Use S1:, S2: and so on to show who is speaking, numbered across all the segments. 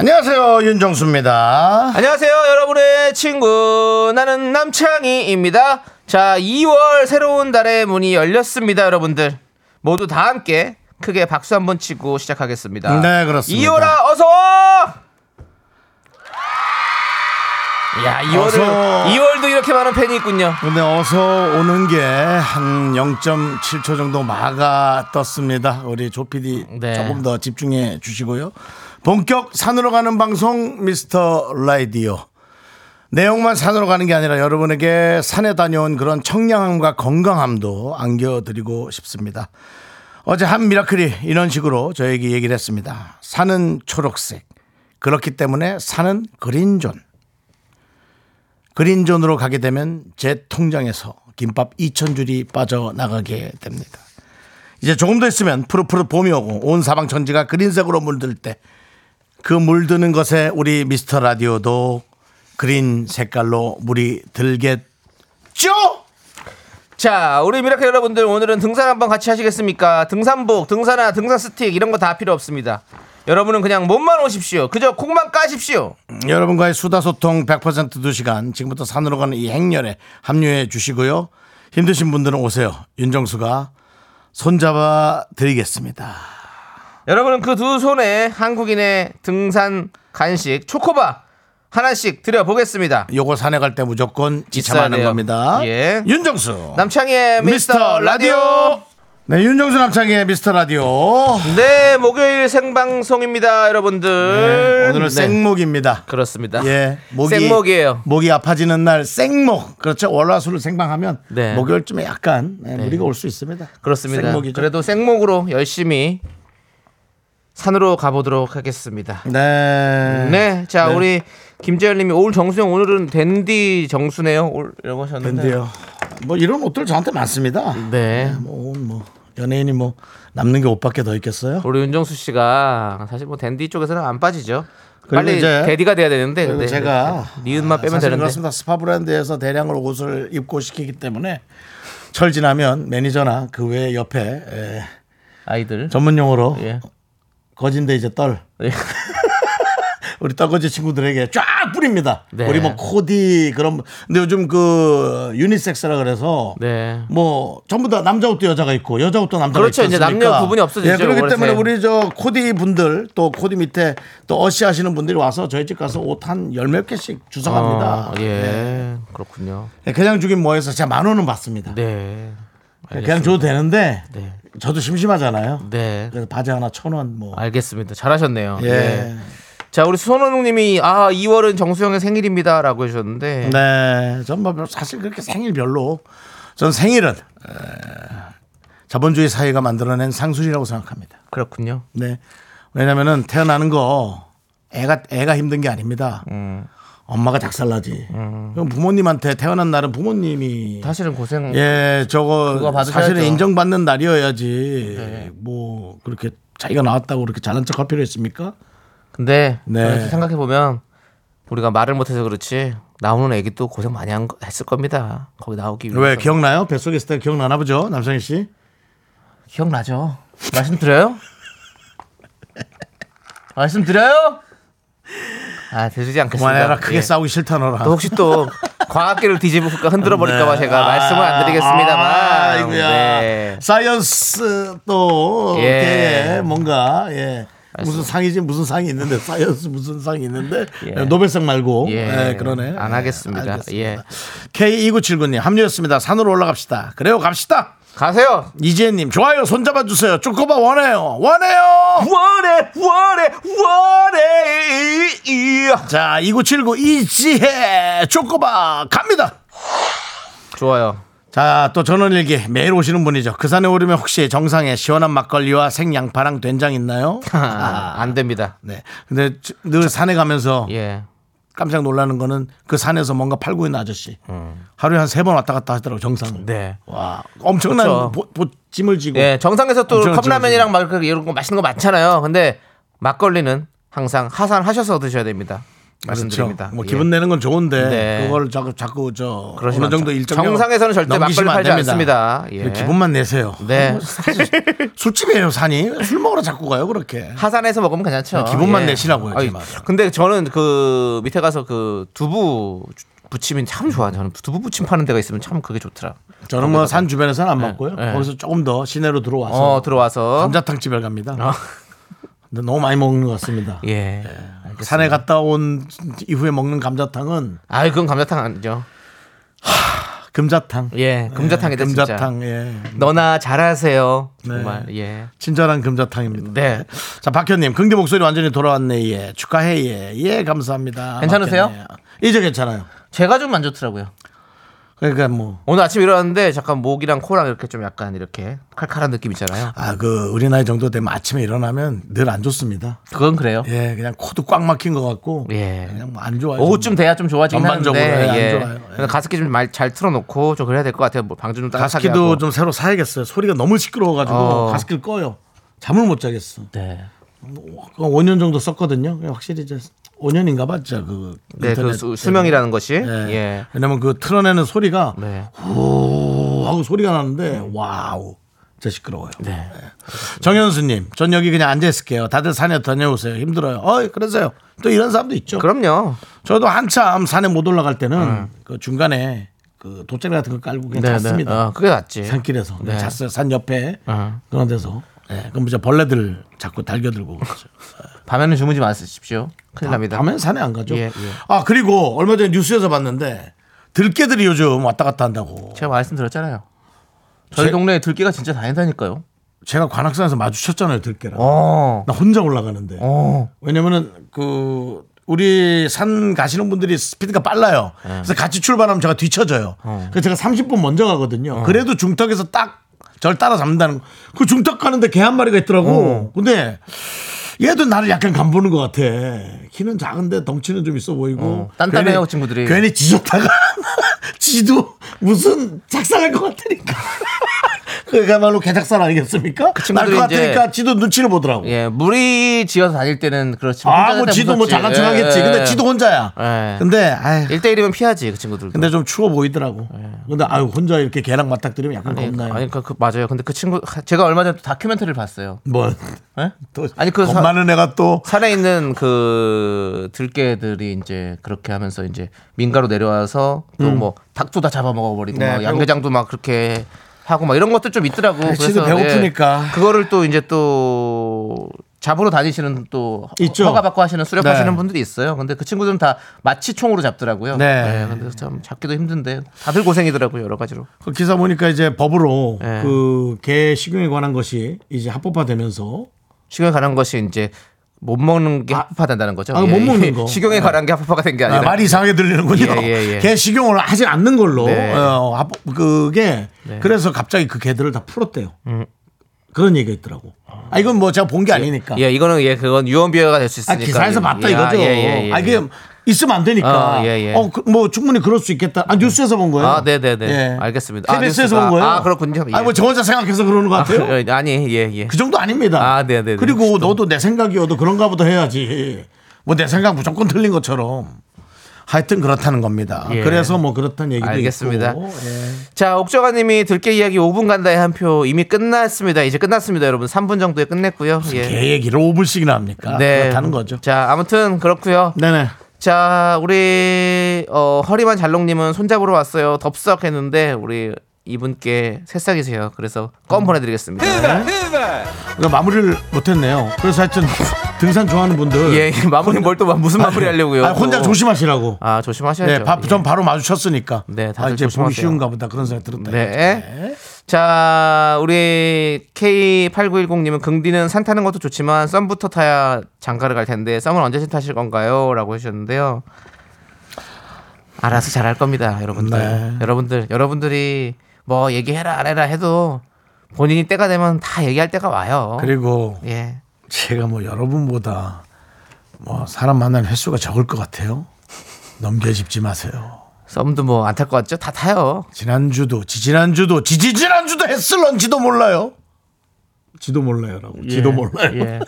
S1: 안녕하세요 윤정수입니다.
S2: 안녕하세요, 여러분의 친구. 나는 남창희입니다. 자, 2월 새로운 달의 문이 열렸습니다, 여러분들. 모두 다 함께 크게 박수 한번 치고 시작하겠습니다.
S1: 네, 그렇습니다.
S2: 이효라, 어서와! 야,
S1: 어서.
S2: 2월을, 이월도 이렇게 많은 팬이 있군요.
S1: 근데 어서 오는 게 한 0.7초 정도 마가 떴습니다. 우리 조 PD
S2: 네.
S1: 조금 더 집중해 주시고요. 본격 산으로 가는 방송 미스터 라디오. 내용만 산으로 가는 게 아니라 여러분에게 산에 다녀온 그런 청량함과 건강함도 안겨드리고 싶습니다. 어제 한 미라클이 이런 식으로 저에게 얘기를 했습니다. 산은 초록색. 그렇기 때문에 산은 그린존. 그린존으로 가게 되면 제 통장에서 김밥 2,000줄이 빠져나가게 됩니다. 이제 조금 더 있으면 푸르푸르 봄이 오고 온 사방 천지가 그린색으로 물들 때 그 물드는 것에 우리 미스터 라디오도 그린 색깔로 물이 들겠죠?
S2: 자, 우리 미라클 여러분들 오늘은 등산 한번 같이 하시겠습니까? 등산복, 등산화, 등산 스틱 이런 거 다 필요 없습니다. 여러분은 그냥 몸만 오십시오. 그저 콩만 까십시오.
S1: 여러분과의 수다소통 100%두 시간 지금부터 산으로 가는 이 행렬에 합류해 주시고요. 힘드신 분들은 오세요. 윤정수가 손잡아 드리겠습니다.
S2: 여러분은 그 두 손에 한국인의 등산 간식 초코바 하나씩 드려보겠습니다.
S1: 요거 산에 갈 때 무조건 지참하는
S2: 있어야 돼요.
S1: 겁니다.
S2: 예.
S1: 윤정수.
S2: 남창희의 미스터 라디오.
S1: 네, 윤정수 남창의 미스터 라디오.
S2: 네, 목요일 생방송입니다, 여러분들.
S1: 네, 오늘은
S2: 네,
S1: 생목입니다.
S2: 그렇습니다.
S1: 예, 목이
S2: 생목이에요.
S1: 목이 아파지는 날 생목. 그렇죠. 월화수를 생방하면
S2: 네.
S1: 목요일쯤에 약간 네, 무리가 올 수 있습니다.
S2: 그렇습니다.
S1: 생목이죠.
S2: 그래도 생목으로 열심히 산으로 가보도록 하겠습니다.
S1: 네.
S2: 네, 자
S1: 네.
S2: 우리 김재열님이 올 정수영 오늘은 댄디 정수네요. 올 이라고 하셨는데.
S1: 근데요. 뭐 이런 옷들 저한테 많습니다.
S2: 네.
S1: 뭐, 뭐 연예인이 뭐 남는 게 옷밖에 더 있겠어요?
S2: 우리 윤정수 씨가 사실 뭐 댄디 쪽에서는 안 빠지죠.
S1: 그리고
S2: 빨리
S1: 이제-
S2: 데디가 돼야 되는데
S1: 그리고
S2: 근데
S1: 제가
S2: 네,
S1: 아,
S2: 니은만 빼면
S1: 사실
S2: 되는데
S1: 그렇습니다. 스파 브랜드에서 대량으로 옷을 입고 시키기 때문에 철 지나면 매니저나 그 외 옆에 에,
S2: 아이들
S1: 전문 용어로
S2: 예.
S1: 거진데 이제 떨
S2: 예.
S1: 우리 떨거지 친구들에게 쫙 뿌립니다.
S2: 네.
S1: 우리 뭐 코디 그런 근데 요즘 그 유니섹스라 그래서
S2: 네.
S1: 뭐 전부 다 남자 옷도 여자가 있고 여자 옷도 남자가
S2: 그렇죠.
S1: 있지
S2: 이제
S1: 않습니까?
S2: 남녀 구분이 없어지죠,
S1: 예, 그렇기
S2: 월세.
S1: 때문에 우리 저 코디 분들 또 코디 밑에 또 어시 하시는 분들이 와서 저희 집 가서 옷 한 열 몇 개씩 주워갑니다.
S2: 어, 예. 그렇군요.
S1: 예, 그냥 주긴 뭐해서 제가 만 원은 받습니다. 예,
S2: 네.
S1: 그냥 줘도 되는데
S2: 네.
S1: 저도 심심하잖아요.
S2: 네. 아,
S1: 그래서 바지 하나 천 원 뭐.
S2: 알겠습니다. 잘하셨네요.
S1: 예.
S2: 네. 자, 우리 손원웅 님이 아, 2월은 정수영의 생일입니다라고 해 주셨는데
S1: 네. 전뭐 사실 그렇게 생일 별로 전 생일은 에, 자본주의 사회가 만들어낸 상술이라고 생각합니다.
S2: 그렇군요.
S1: 네. 왜냐면은 태어나는 거 애가 애가 힘든 게 아닙니다.
S2: 음.
S1: 엄마가 작살나지. 그럼 부모님한테 태어난 날은 부모님이
S2: 사실은 고생
S1: 예, 저거
S2: 그거 받으셔야죠. 네.
S1: 사실은 인정받는 날이어야지. 뭐 그렇게 자기가 나왔다고 그렇게 잘난 척할 필요 있습니까?
S2: 근데
S1: 네.
S2: 그렇게 생각해 보면 우리가 말을 못 해서 그렇지 나오는 애기 또 고생 많이 한, 거- 했을 겁니다. 거기 나오기 위해서.
S1: 왜 기억나요? 뱃속에 있을 때 기억나나 보죠, 남성희 씨.
S2: 기억나죠? 말씀드려요? 말씀드려요? 아, 되지 않겠습니다.
S1: 그만해라, 크게
S2: 예.
S1: 싸우기 싫다 너라.
S2: 또 혹시 또 과학계를 뒤집을까 흔들어 버릴까봐
S1: 네.
S2: 제가 말씀을 안 드리겠습니다만.
S1: 아이고야.
S2: 네.
S1: 사이언스 또
S2: 예.
S1: 예. 뭔가 예. 무슨 상이지 무슨 상이 있는데 사이언스 무슨 상이 있는데
S2: 예.
S1: 노벨상 말고
S2: 예.
S1: 예, 그러네
S2: 안
S1: 예,
S2: 하겠습니다.
S1: 알겠습니다. K2979님 합류했습니다 산으로 올라갑시다 그래요 갑시다
S2: 가세요.
S1: 이지혜님 좋아요 손잡아 주세요 쪼꼬바 원해요 원해요
S2: 원해 원해 원해. 이- 이-
S1: 자 2979 이지혜 쪼꼬바 갑니다
S2: 좋아요.
S1: 자, 또 전원일기 매일 오시는 분이죠. 그 산에 오르면 혹시 정상에 시원한 막걸리와 생양파랑 된장 있나요?
S2: 안 됩니다.
S1: 네. 근데 저- 늘 산에 가면서
S2: 예.
S1: 깜짝 놀라는 거는 그 산에서 뭔가 팔고 있는 아저씨. 하루에 한 세 번 왔다 갔다 하더라고 정상.
S2: 음. 네.
S1: 와 엄청난
S2: 그쵸.
S1: 보, 보- 짐을 지고.
S2: 예, 정상에서 또
S1: 엄청
S2: 컵라면이랑 막 이렇게 이런 거 맛있는 거 많잖아요. 근데 막걸리는 항상 하산하셔서 드셔야 됩니다. 말씀드립니다.
S1: 그렇죠. 뭐
S2: 예.
S1: 기분 내는 건 좋은데
S2: 네.
S1: 그걸 자꾸 자꾸 저
S2: 그러시면
S1: 어느 정도
S2: 안-
S1: 일정
S2: 정상에서는 절대 막걸리 팔지 않습니다. 예.
S1: 기분만 내세요.
S2: 네.
S1: 술집이에요 산이 왜술 먹으러 자꾸 가요 그렇게.
S2: 하산해서 먹으면 괜찮죠.
S1: 네,
S2: 예.
S1: 기분만 내시라고요,
S2: 아니,
S1: 제발.
S2: 근데 저는 그 밑에 가서 그 두부 부침이 참 좋아. 저는 두부 부침 파는 데가 있으면 참 그게 좋더라.
S1: 저는 뭐 산 주변에서는 안 먹고요.
S2: 네.
S1: 거기서 조금 더 시내로 들어와서
S2: 어 들어와서
S1: 아, 감자탕 집에 갑니다. 근데 너무 많이 먹는 것 같습니다.
S2: 예.
S1: 산에 갔다 온 이후에 먹는 감자탕은
S2: 아 그건 감자탕 아니죠.
S1: 금자탕.
S2: 예, 금자탕이다 진짜.
S1: 네, 금자탕. 예.
S2: 너나 잘하세요.
S1: 네.
S2: 정말 예.
S1: 친절한 금자탕입니다.
S2: 네.
S1: 자, 박현님, 긍디 목소리 완전히 돌아왔네, 예. 축하해, 예. 예, 감사합니다.
S2: 괜찮으세요?
S1: 박현님. 이제 괜찮아요.
S2: 제가 좀 만족더라고요.
S1: 그러니까 뭐,
S2: 오늘 아침에 일어났는데 잠깐 목이랑 코랑 이렇게 좀 약간 이렇게 칼칼한 느낌 있잖아요.
S1: 아, 그, 우리 나이 정도 되면 아침에 일어나면 늘 안 좋습니다.
S2: 그건 그래요.
S1: 예, 그냥 코도 꽉 막힌 것 같고.
S2: 예.
S1: 그냥 뭐안 좋아요.
S2: 오후쯤 돼야 좀 좋아지긴
S1: 전반적으로,
S2: 하는데
S1: 예,
S2: 예.
S1: 안 좋아요. 예.
S2: 그래서 가습기 좀 잘 틀어놓고 좀 그래야 될 것 같아요. 뭐 방주 좀 따뜻하게 하고.
S1: 가습기도 좀 새로 사야겠어요. 소리가 너무 시끄러워가지고
S2: 어.
S1: 가습기를 꺼요. 잠을 못 자겠어.
S2: 네.
S1: 그거 5년 정도 썼거든요. 확실히 이제 5년인가 봐, 진짜 그
S2: 네, 그
S1: 인터넷
S2: 수, 수명이라는 것이
S1: 때문에. 예.
S2: 예.
S1: 왜냐면 그 틀어내는 소리가
S2: 네.
S1: 후 하고 소리가 나는데 와우 진짜 시끄러워요. 예.
S2: 네.
S1: 정현수님, 전 여기 그냥 앉아 있을게요. 다들 산에 다녀오세요. 힘들어요. 어이 그러세요. 또 이런 사람도 있죠.
S2: 그럼요. 음.
S1: 저도 한참 산에 못 올라갈 때는 그 중간에 그 돗자리 같은 거 깔고 그냥 잤습니다.
S2: 어, 그게 낫지.
S1: 산길에서
S2: 네.
S1: 잤어요. 산 옆에
S2: 어.
S1: 그런 데서. 예, 그럼 이제 벌레들 자꾸 달겨들고 그러죠.
S2: 밤에는 주무지 마십시오. 큰일 납니다.
S1: 밤엔 산에 안 가죠.
S2: 예, 예.
S1: 아 그리고 얼마 전에 뉴스에서 봤는데 들깨들이 요즘 왔다 갔다 한다고.
S2: 제가 말씀드렸잖아요. 저희
S1: 제-
S2: 동네에 들깨가 진짜 다닌다니까요.
S1: 제가 관악산에서 마주쳤잖아요 들깨랑.
S2: 어.
S1: 나 혼자 올라가는데.
S2: 어.
S1: 왜냐면은 그 우리 산 가시는 분들이 스피드가 빨라요.
S2: 네.
S1: 그래서 같이 출발하면 제가 뒤쳐져요.
S2: 어.
S1: 그래서 제가 30분 먼저 가거든요. 그래도 중턱에서 딱 절 따라잡는다는 거. 그 중턱 가는데 개 한 마리가
S2: 어.
S1: 있더라고. 근데 얘도 나를 약간 간보는 것 같아. 키는 작은데 덩치는 좀 있어 보이고.
S2: 어, 딴딴해요,
S1: 괜히-
S2: 친구들이.
S1: 괜히 지졌다가 지도 무슨 작살할 것 같으니까. 그야말로 개작살 아니겠습니까? 날
S2: 그 친구들이
S1: 것
S2: 이제-
S1: 같으니까 지도 눈치를 보더라고.
S2: 예, 무리 지어서 다닐 때는 그렇지만 혼자
S1: 아,
S2: 다닐
S1: 뭐
S2: 때
S1: 지도 뭐
S2: 무섭지.
S1: 작은 척
S2: 예,
S1: 하겠지.
S2: 예.
S1: 근데 지도 혼자야.
S2: 예.
S1: 근데 아휴
S2: 1대1이면 피하지, 그 친구들.
S1: 근데 좀 추워 보이더라고. 근데 아유 혼자 이렇게 개랑 맞닥뜨리면 약간
S2: 예. 아니,
S1: 겁나요.
S2: 아니 그, 그 맞아요. 근데 그 친구 제가 얼마 전에 또 다큐멘터리를 봤어요.
S1: 뭐
S2: 예?
S1: 또
S2: 아니, 그
S1: 겁
S2: 사-
S1: 많은 애가 또
S2: 산에 있는 그 들깨들이 이제 그렇게 하면서 이제 민가로 내려와서 또 뭐 닭도 다 잡아먹어 버리고
S1: 음. 네,
S2: 막 양계장도 막 그렇게 하고 막 이런 것도 좀 있더라고.
S1: 지도 아, 배고프니까.
S2: 예, 그거를 또 이제 또 잡으러 다니시는 또 허-
S1: 있죠.
S2: 허가받고 하시는 수렵하시는
S1: 네.
S2: 분들이 있어요. 근데 그 친구들은 다 마취총으로 잡더라고요.
S1: 네.
S2: 예, 근데 참 잡기도 힘든데 다들 고생이더라고요 여러 가지로.
S1: 그 기사 보니까 이제 법으로
S2: 예.
S1: 그 개 식용에 관한 것이 이제 합법화되면서
S2: 식용에 관한 것이 이제 못 먹는 게 합법화 된다는 거죠. 예,
S1: 아, 못 먹는 거.
S2: 식용에 관한 게 합법화가 된 게
S1: 아,
S2: 아니라.
S1: 말이 이상하게 들리는군요.
S2: 예, 예, 예.
S1: 개 식용을 하지 않는 걸로
S2: 네.
S1: 어, 합- 그게 그래서 갑자기 그 개들을 다 풀었대요. 그런 얘기가 있더라고. 아 이건 뭐 제가 본 게 아니니까.
S2: 음. 예, 이거는 예, 그건 유언비어가 될 수
S1: 아,
S2: 있으니까.
S1: 기사에서 봤다
S2: 예,
S1: 이거죠.
S2: 예, 예, 예.
S1: 아, 이게 있으면 안 되니까.
S2: 어, 예, 예.
S1: 어, 그, 뭐 충분히 그럴 수 있겠다. 아, 뉴스에서 본 거예요.
S2: 아, 네, 네, 네. 알겠습니다. 아,
S1: KBS에서
S2: 뉴스가.
S1: 본 거예요.
S2: 아, 그렇군요. 예.
S1: 아, 뭐저 혼자 생각해서 그러는 것 같아요.
S2: 아, 예, 아니, 예, 예.
S1: 그 정도 아닙니다.
S2: 아, 네, 네, 네.
S1: 그리고 너도 내 생각이어도 그런가 보다 해야지. 뭐 내 생각 무조건 틀린 것처럼. 하여튼 그렇다는 겁니다.
S2: 예.
S1: 그래서 뭐 그렇다는 얘기도
S2: 알겠습니다.
S1: 있고. 예.
S2: 자, 옥정아 님이 들깨 이야기 5분 간다의 한 표 이미 끝났습니다. 이제 끝났습니다, 여러분. 3분 정도에 끝냈고요. 예. 네.
S1: 개 얘기를 5분씩이나 합니까? 그렇다는 거죠.
S2: 자, 아무튼 그렇고요.
S1: 네네.
S2: 자, 우리 어, 허리만 잘롱님은 손잡으러 왔어요. 덥석했는데 우리 이분께 새싹이세요. 그래서
S1: 음.
S2: 껌 보내드리겠습니다.
S1: 우리가 그러니까 마무리를 못했네요. 그래서 하여튼 등산 좋아하는 분들.
S2: 예, 예, 마무리 뭘 또 무슨 마무리 하려고요?
S1: 아, 혼자
S2: 또.
S1: 조심하시라고.
S2: 아, 조심하셔야죠.
S1: 네, 바, 전
S2: 예.
S1: 바로 마주쳤으니까.
S2: 네,
S1: 아,
S2: 다들
S1: 이제 보기
S2: 조심하세요.
S1: 쉬운가 보다 그런 생각 들었다.
S2: 네. 자, 우리 K8910님은 긍디는 산 타는 것도 좋지만 썸부터 타야 장가를 갈 텐데 썸은 언제 타실 건가요? 라고 해주셨는데요. 알아서 잘할 겁니다, 여러분들.
S1: 네.
S2: 여러분들, 여러분들이 뭐 얘기해라, 안 해라 해도 본인이 때가 되면 다 얘기할 때가 와요.
S1: 그리고
S2: 예.
S1: 제가 뭐 여러분보다 뭐 사람 만난 횟수가 적을 것 같아요. 넘겨짚지 마세요.
S2: 썸도 뭐 안 탈 것 같죠? 다 타요.
S1: 지난주도 지지난주도 지지지난주도 했을런지도 몰라요. 지도 몰라요라고. 지도 몰라요.
S2: 예.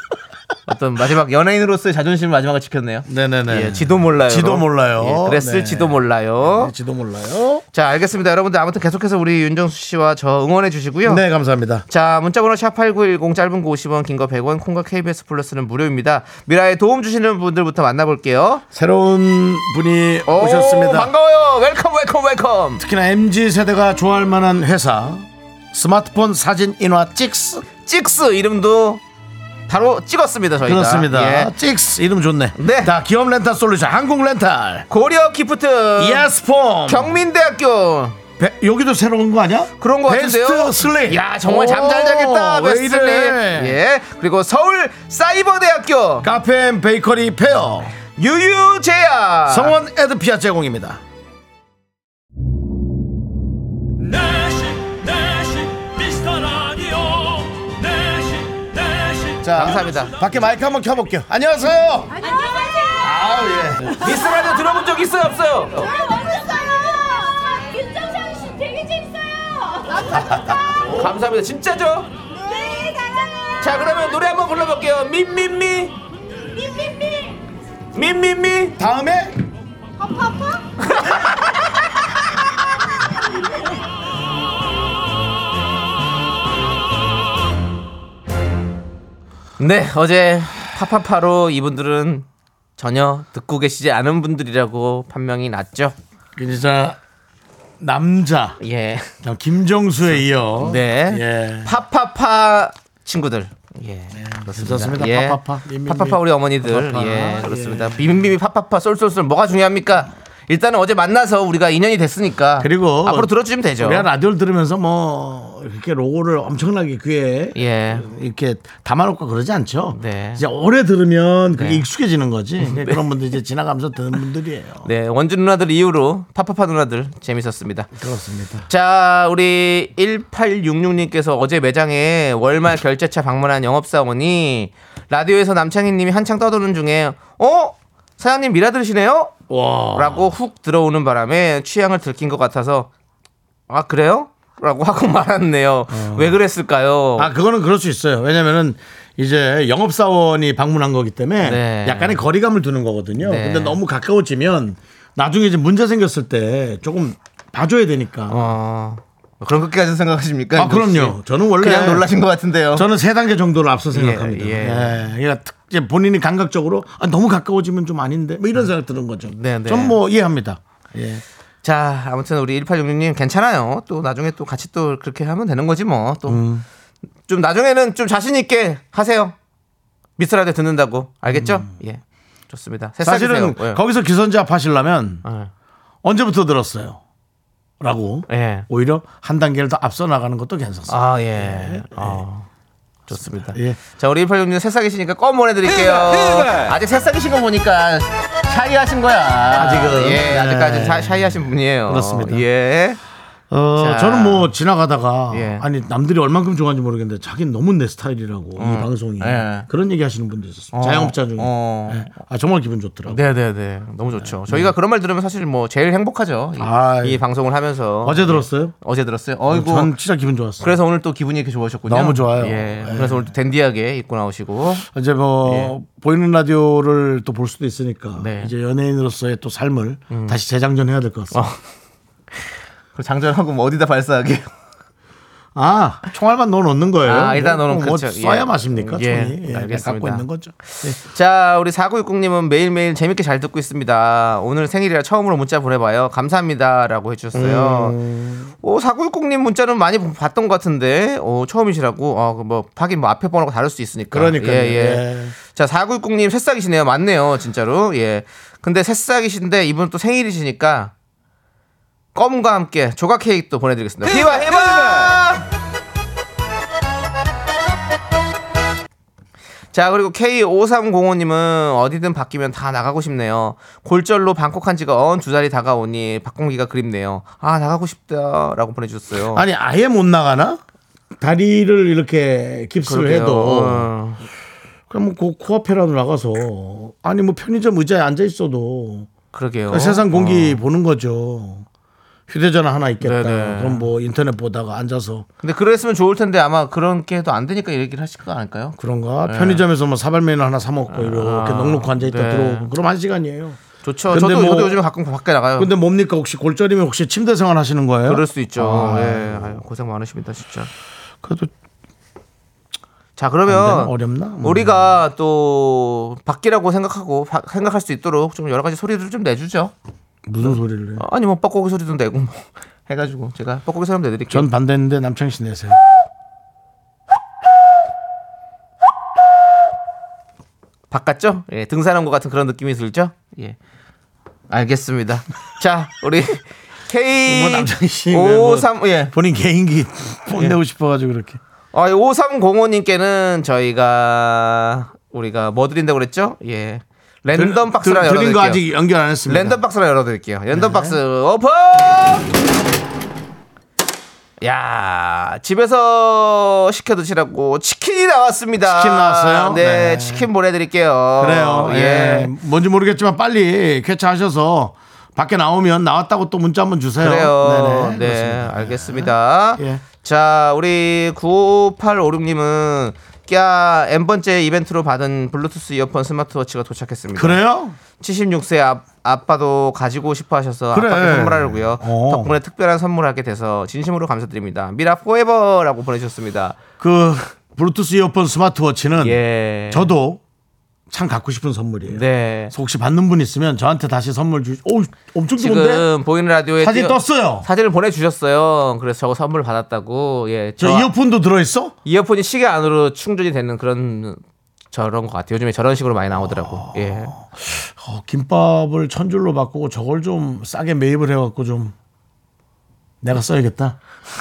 S2: 어떤 마지막 연예인으로서의 자존심 마지막을 지켰네요.
S1: 네네네.
S2: 예, 지도 몰라요.
S1: 지도 몰라요.
S2: 예, 그랬을지도
S1: 네.
S2: 몰라요.
S1: 네, 지도 몰라요.
S2: 자, 알겠습니다. 여러분들 아무튼 계속해서 우리 윤정수 씨와 저 응원해 주시고요.
S1: 네 감사합니다.
S2: 자, 문자번호 샵8910 짧은 거 50원, 긴 거 100원, 콩과 KBS 플러스는 무료입니다. 미라에 도움 주시는 분들부터 만나볼게요.
S1: 새로운 분이
S2: 오,
S1: 오셨습니다.
S2: 반가워요. 웰컴, 웰컴, 웰컴.
S1: 특히나 mz 세대가 좋아할 만한 회사 스마트폰 사진 인화 찍스
S2: 찍스 이름도 바로 찍었습니다, 저희가.
S1: 그렇습니다.
S2: 예.
S1: 찍스 이름 좋네.
S2: 네.
S1: 다 기업 렌탈 솔루션 한국 렌탈
S2: 고려 기프트.
S1: 예스폼
S2: 경민대학교.
S1: 배- 여기도 새로운 거 아니야?
S2: 그런 거
S1: 베스트
S2: 같은데요.
S1: 슬립.
S2: 야, 정말 잠
S1: 오,
S2: 잘 자겠다.
S1: 왜
S2: 베스트 슬립.
S1: 이래?
S2: 예. 그리고 서울 사이버대학교
S1: 카페 베이커리 페어
S2: 유유제야.
S1: 성원 에드피아 제공입니다.
S3: 내시 내시 미스터 라디오 내시 내시
S1: 자,
S2: 감사합니다.
S1: 밖에 마이크 한번 켜볼게요. 안녕하세요.
S4: 안녕하세요.
S1: 아 예.
S2: 미스라디오 들어본 적 있어요, 없어요?
S4: 잘 왔었어요. 윤정상 네, 씨 되게 재밌어요.
S2: 감사합니다. 진짜죠?
S4: 네, 사랑해요.
S2: 자, 그러면 노래 한번 불러볼게요. 민민미.
S4: 삐삐삐.
S2: 민민미.
S1: 다음에
S4: 허퍼퍼.
S2: 네, 어제 파파파로 이분들은 전혀 듣고 계시지 않은 분들이라고 판명이 났죠.
S1: 진짜 남자
S2: 예.
S1: 김정수에 이어
S2: 네.
S1: 예.
S2: 파파파 친구들. 예. 그렇습니다.
S1: 좋습니다.
S2: 예.
S1: 파파파, 민민미.
S2: 파파파 우리 어머니들.
S1: 파파파.
S2: 예. 그렇습니다. 비빔비빔 파파파 쏠쏠쏠 뭐가 중요합니까? 일단은 어제 만나서 우리가 인연이 됐으니까
S1: 그리고
S2: 앞으로 들어주시면 되죠.
S1: 우리가 라디오를 들으면서 뭐 이렇게 로고를 엄청나게 귀에
S2: 예.
S1: 이렇게 담아놓고 그러지 않죠.
S2: 네.
S1: 이제 오래 들으면 그게
S2: 네.
S1: 익숙해지는 거지. 그런 분들 이제 지나가면서 듣는 분들이에요.
S2: 네, 원주 누나들 이후로 파파파 누나들 재밌었습니다.
S1: 그렇습니다.
S2: 자, 우리 1866님께서 어제 매장에 월말 결제차 방문한 영업사원이 라디오에서 남창희님이 한창 떠드는 중에 어? 사장님 미라 들으시네요?
S1: 와.
S2: 라고 훅 들어오는 바람에 취향을 들킨 것 같아서 아 그래요? 라고 하고 말았네요. 왜 그랬을까요?
S1: 아 그거는 그럴 수 있어요. 왜냐면은 이제 영업사원이 방문한 거기 때문에
S2: 네.
S1: 약간의 거리감을 두는 거거든요.
S2: 네.
S1: 근데 너무 가까워지면 나중에 이제 문제 생겼을 때 조금 봐줘야 되니까.
S2: 어, 그런 것까지 생각하십니까?
S1: 아 그럼요. 저는 원래
S2: 그냥 놀라신 것 같은데요.
S1: 저는 세 단계 정도를 앞서 생각합니다.
S2: 어. 예.
S1: 예, 그러니까 특- 이제 본인이 감각적으로 아, 너무 가까워지면 좀 아닌데 뭐 이런 생각 드는 거죠.
S2: 네, 네.
S1: 전 뭐 이해합니다. 예.
S2: 자, 아무튼 우리 1866님 괜찮아요. 또 나중에 또 같이 또 그렇게 하면 되는 거지 뭐. 또 좀 나중에는 좀 자신 있게 하세요. 미스라드 듣는다고 알겠죠? 예, 좋습니다.
S1: 사실은
S2: 새싹이세요. 예.
S1: 거기서 기선제압 하시려면
S2: 예.
S1: 언제부터 들었어요? 라고
S2: 예.
S1: 오히려 한 단계를 더 앞서 나가는 것도 괜찮습니다.
S2: 아 예. 아, 좋습니다.
S1: 예.
S2: 자, 우리 1866님 새싹이시니까 껌 보내드릴게요. 아직 새싹이신 거 보니까 샤이하신 거야.
S1: 아직은.
S2: 예, 아직까지
S1: 네.
S2: 샤- 샤이하신 분이에요.
S1: 그렇습니다.
S2: 예.
S1: 어,
S2: 자.
S1: 저는 뭐 지나가다가
S2: 예.
S1: 아니 남들이 얼만큼 좋아하는지 모르겠는데 자기는 너무 내 스타일이라고 이 방송이
S2: 예.
S1: 그런 얘기 하시는 분도 있었어요.
S2: 어,
S1: 자영업자 중에.
S2: 어.
S1: 예. 아 정말 기분 좋더라고요.
S2: 네네네. 너무 좋죠. 저희가 그런 말 들으면 사실 뭐 제일 행복하죠. 이,
S1: 아,
S2: 이
S1: 예.
S2: 방송을 하면서
S1: 어제 들었어요?
S2: 어제 들었어요. 어이고.
S1: 전 진짜 기분 좋았어요.
S2: 그래서 오늘 또 기분이 이렇게 좋으셨군요.
S1: 너무 좋아요.
S2: 예.
S1: 예.
S2: 그래서 오늘 또 댄디하게 입고 나오시고.
S1: 이제 뭐 보이는 라디오를 또 볼 수도 있으니까
S2: 예. 네. 음.
S1: 이제 연예인으로서의 또 삶을 다시 재장전해야 될 것 같습니다.
S2: 어. 그 장전하고 뭐 어디다 발사하게.
S1: 아 총알만 넣어놓는 거예요.
S2: 아, 일단
S1: 뭐,
S2: 넣어놓고
S1: 뭐
S2: 그렇죠.
S1: 써야
S2: 예.
S1: 마십니까?
S2: 예,
S1: 총이 예,
S2: 알겠습니다. 아,
S1: 갖고 있는 거죠. 예.
S2: 자, 우리 4960님은 매일매일 재밌게 잘 듣고 있습니다. 오늘 생일이라 처음으로 문자 보내봐요. 감사합니다. 라고 해주셨어요.
S1: 음.
S2: 오, 4960님 문자는 많이 봤던 것 같은데, 오, 처음이시라고. 어, 그뭐 하긴 뭐 앞에 번호가 다를 수 있으니까.
S1: 그러니까요.
S2: 예, 예.
S1: 예.
S2: 자, 4960님 새싹이시네요. 맞네요. 진짜로. 예. 근데 새싹이신데, 이분 또 생일이시니까, 껌과 함께 조각 케이크도 보내드리겠습니다. 히바, 히바! 자 그리고 K5305님은 어디든 바뀌면 다 나가고 싶네요. 골절로 방콕한 지가 언 두 달이 다가오니 박공기가 그립네요. 아 나가고 싶다라고 보내주셨어요.
S1: 아니 아예 못 나가나? 다리를 이렇게 깁스를
S2: 그러게요.
S1: 해도
S2: 어.
S1: 그럼 뭐 그 코앞에라도 나가서 아니 뭐 편의점 의자에 앉아 있어도
S2: 그러게요.
S1: 세상 공기 보는 거죠. 휴대전화 하나 있겠다.
S2: 어. 네네.
S1: 그럼 뭐 인터넷 보다가 앉아서
S2: 근데 그랬으면 좋을 텐데 아마 그런 게 해도 안 되니까 얘기를 하실 거 아닐까요?
S1: 그런가 편의점에서 뭐 사발면 하나 사 먹고 이렇게 넉넉히 앉아 있다
S2: 네.
S1: 들어오고 그럼 한 시간이에요.
S2: 좋죠.
S1: 근데
S2: 저도,
S1: 뭐-
S2: 저도 요즘에 가끔 밖에 나가요.
S1: 근데 뭡니까 혹시 골절이면 혹시 침대 생활 하시는 거예요?
S2: 아. 그럴 수 있죠.
S1: 아.
S2: 예. 아유, 고생 많으십니다, 진짜.
S1: 그래도
S2: 자,
S1: 안 되나?
S2: 그러면
S1: 어렵나? 뭐.
S2: 우리가 또 밖이라고 생각하고 바- 생각할 수 있도록 좀 여러 가지 소리를 좀 내주죠.
S1: 무슨 소리를 해요?
S2: 어, 아니 뭐 뻐꾸기 소리도 내고 뭐 해가지고 제가 뻐꾸기 소리 한번 내드릴게요.
S1: 전 반대했는데 남창희 씨 내세요.
S2: 바꿨죠? 예, 등산한 것 같은 그런 느낌이 들죠? 예. 알겠습니다. 자, 우리 K
S1: 뭐 남창희 씨
S2: 53 예.
S1: 본인 개인기 뽐내고 싶어가지고 그렇게.
S2: 아, 5305님께는 저희가 우리가 뭐 드린다고 그랬죠? 예. 랜덤 박스랑 열어
S1: 드린
S2: 드릴게요.
S1: 거 아직 네. 연결 안 했습니다.
S2: 랜덤 박스랑 열어 드릴게요. 랜덤 박스 오픈! 야, 집에서 시켜 드시라고 치킨이 나왔습니다.
S1: 치킨 나왔어요?
S2: 네,
S1: 네.
S2: 치킨 보내 드릴게요.
S1: 그래요. 예. 뭔지 모르겠지만 빨리 쾌차하셔서 밖에 나오면 나왔다고 또 문자 한번 주세요.
S2: 그래요.
S1: 네네.
S2: 네,
S1: 그렇습니다.
S2: 알겠습니다.
S1: 예.
S2: 자, 우리 9856님은 꺄 N번째 이벤트로 받은 블루투스 이어폰 스마트워치가 도착했습니다.
S1: 그래요?
S2: 76세 아, 아빠도 가지고 싶어 하셔서
S1: 그래.
S2: 아빠께 선물하려고요.
S1: 어.
S2: 덕분에 특별한 선물하게 돼서 진심으로 감사드립니다. 미라 포에버라고 보내주셨습니다.
S1: 그 블루투스 이어폰 스마트워치는
S2: 예.
S1: 저도 참 갖고 싶은 선물이에요.
S2: 네.
S1: 그래서 혹시 받는 분 있으면 저한테 다시 선물 주. 오, 엄청 좋은데
S2: 지금 보이는 라디오에
S1: 사진
S2: 띄워-
S1: 떴어요.
S2: 사진을 보내주셨어요. 그래서 저거 선물 받았다고. 예.
S1: 저
S2: 저와-
S1: 이어폰도 들어있어?
S2: 이어폰이 시계 안으로 충전이 되는 그런 저런 것 같아요. 요즘에 저런 식으로 많이
S1: 아,
S2: 나오더라고. 예.
S1: 어, 김밥을 천 줄로 바꾸고 저걸 좀 싸게 매입을 해갖고 좀 내가 써야겠다.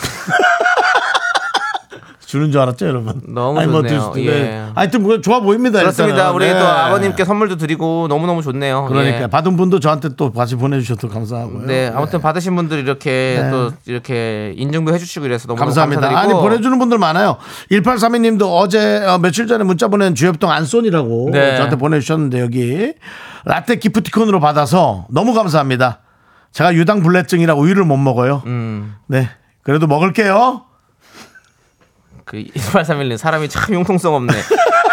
S1: 주는 줄 알았죠, 여러분?
S2: 너무
S1: 뭐
S2: 좋네요.
S1: 드시-
S2: 예.
S1: 하여튼 뭐 좋아 보입니다.
S2: 그렇습니다.
S1: 일단은.
S2: 우리
S1: 네.
S2: 또 아버님께 선물도 드리고 너무너무 좋네요.
S1: 그러니까
S2: 예.
S1: 받은 분도 저한테 또 다시 보내주셔서 감사하고요.
S2: 네, 아무튼 받으신 분들 이렇게
S1: 네.
S2: 또 이렇게 인증도 해주시고 이래서 너무
S1: 감사합니다.
S2: 감사드리고
S1: 아니 보내주는 분들 많아요. 1832님도 어제 어, 며칠 전에 문자 보낸 주엽동 안손이라고
S2: 네.
S1: 저한테 보내주셨는데 여기 라떼 기프티콘으로 받아서 너무 감사합니다. 제가 유당불내증이라 우유를 못 먹어요.
S2: 음.
S1: 네, 그래도 먹을게요.
S2: 그 1831님 사람이 참 융통성 없네.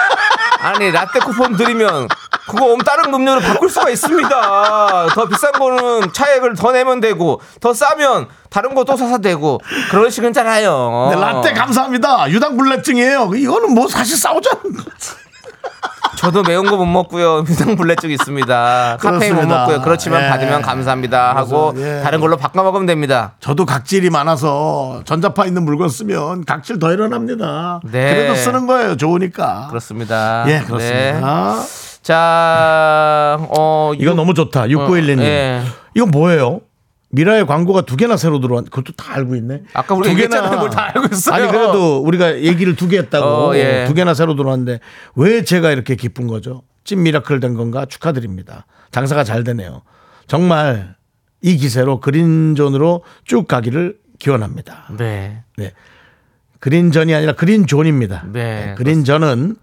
S2: 아니 라떼 쿠폰 드리면 그거 옴 다른 음료로 바꿀 수가 있습니다. 더 비싼 거는 차액을 더 내면 되고 더 싸면 다른 거 또 사서 되고 그런 식은잖아요.
S1: 네, 라떼 감사합니다. 유당불내증이에요. 이거는 뭐 사실 싸우자는 거지.
S2: 저도 매운 거 못 먹고요. 유당불내증 있습니다. 카페인 못
S1: 그렇습니다.
S2: 먹고요. 그렇지만
S1: 예.
S2: 받으면 감사합니다 하고
S1: 그래서, 예.
S2: 다른 걸로 바꿔 먹으면 됩니다.
S1: 저도 각질이 많아서 전자파 있는 물건 쓰면 각질 더 일어납니다.
S2: 네.
S1: 그래도 쓰는 거예요. 좋으니까.
S2: 그렇습니다.
S1: 예, 그렇습니다.
S2: 네. 자, 어
S1: 이거
S2: 유-
S1: 너무 좋다. 6911님.
S2: 예.
S1: 이거 뭐예요? 미라의 광고가 두 개나 새로 들어왔. 그것도 다 알고 있네.
S2: 아까 우리가 얘기했잖아요. 뭘다 알고 있어요.
S1: 아니 그래도 우리가 얘기를 두 개 했다고
S2: 어, 예.
S1: 두 개나 새로 들어왔는데 왜 제가 이렇게 기쁜 거죠? 찐 미라클 된 건가 축하드립니다. 장사가 잘 되네요. 정말 이 기세로 그린존으로 쭉 가기를 기원합니다.
S2: 네.
S1: 네. 그린전이 아니라 그린존입니다.
S2: 네,
S1: 그린전은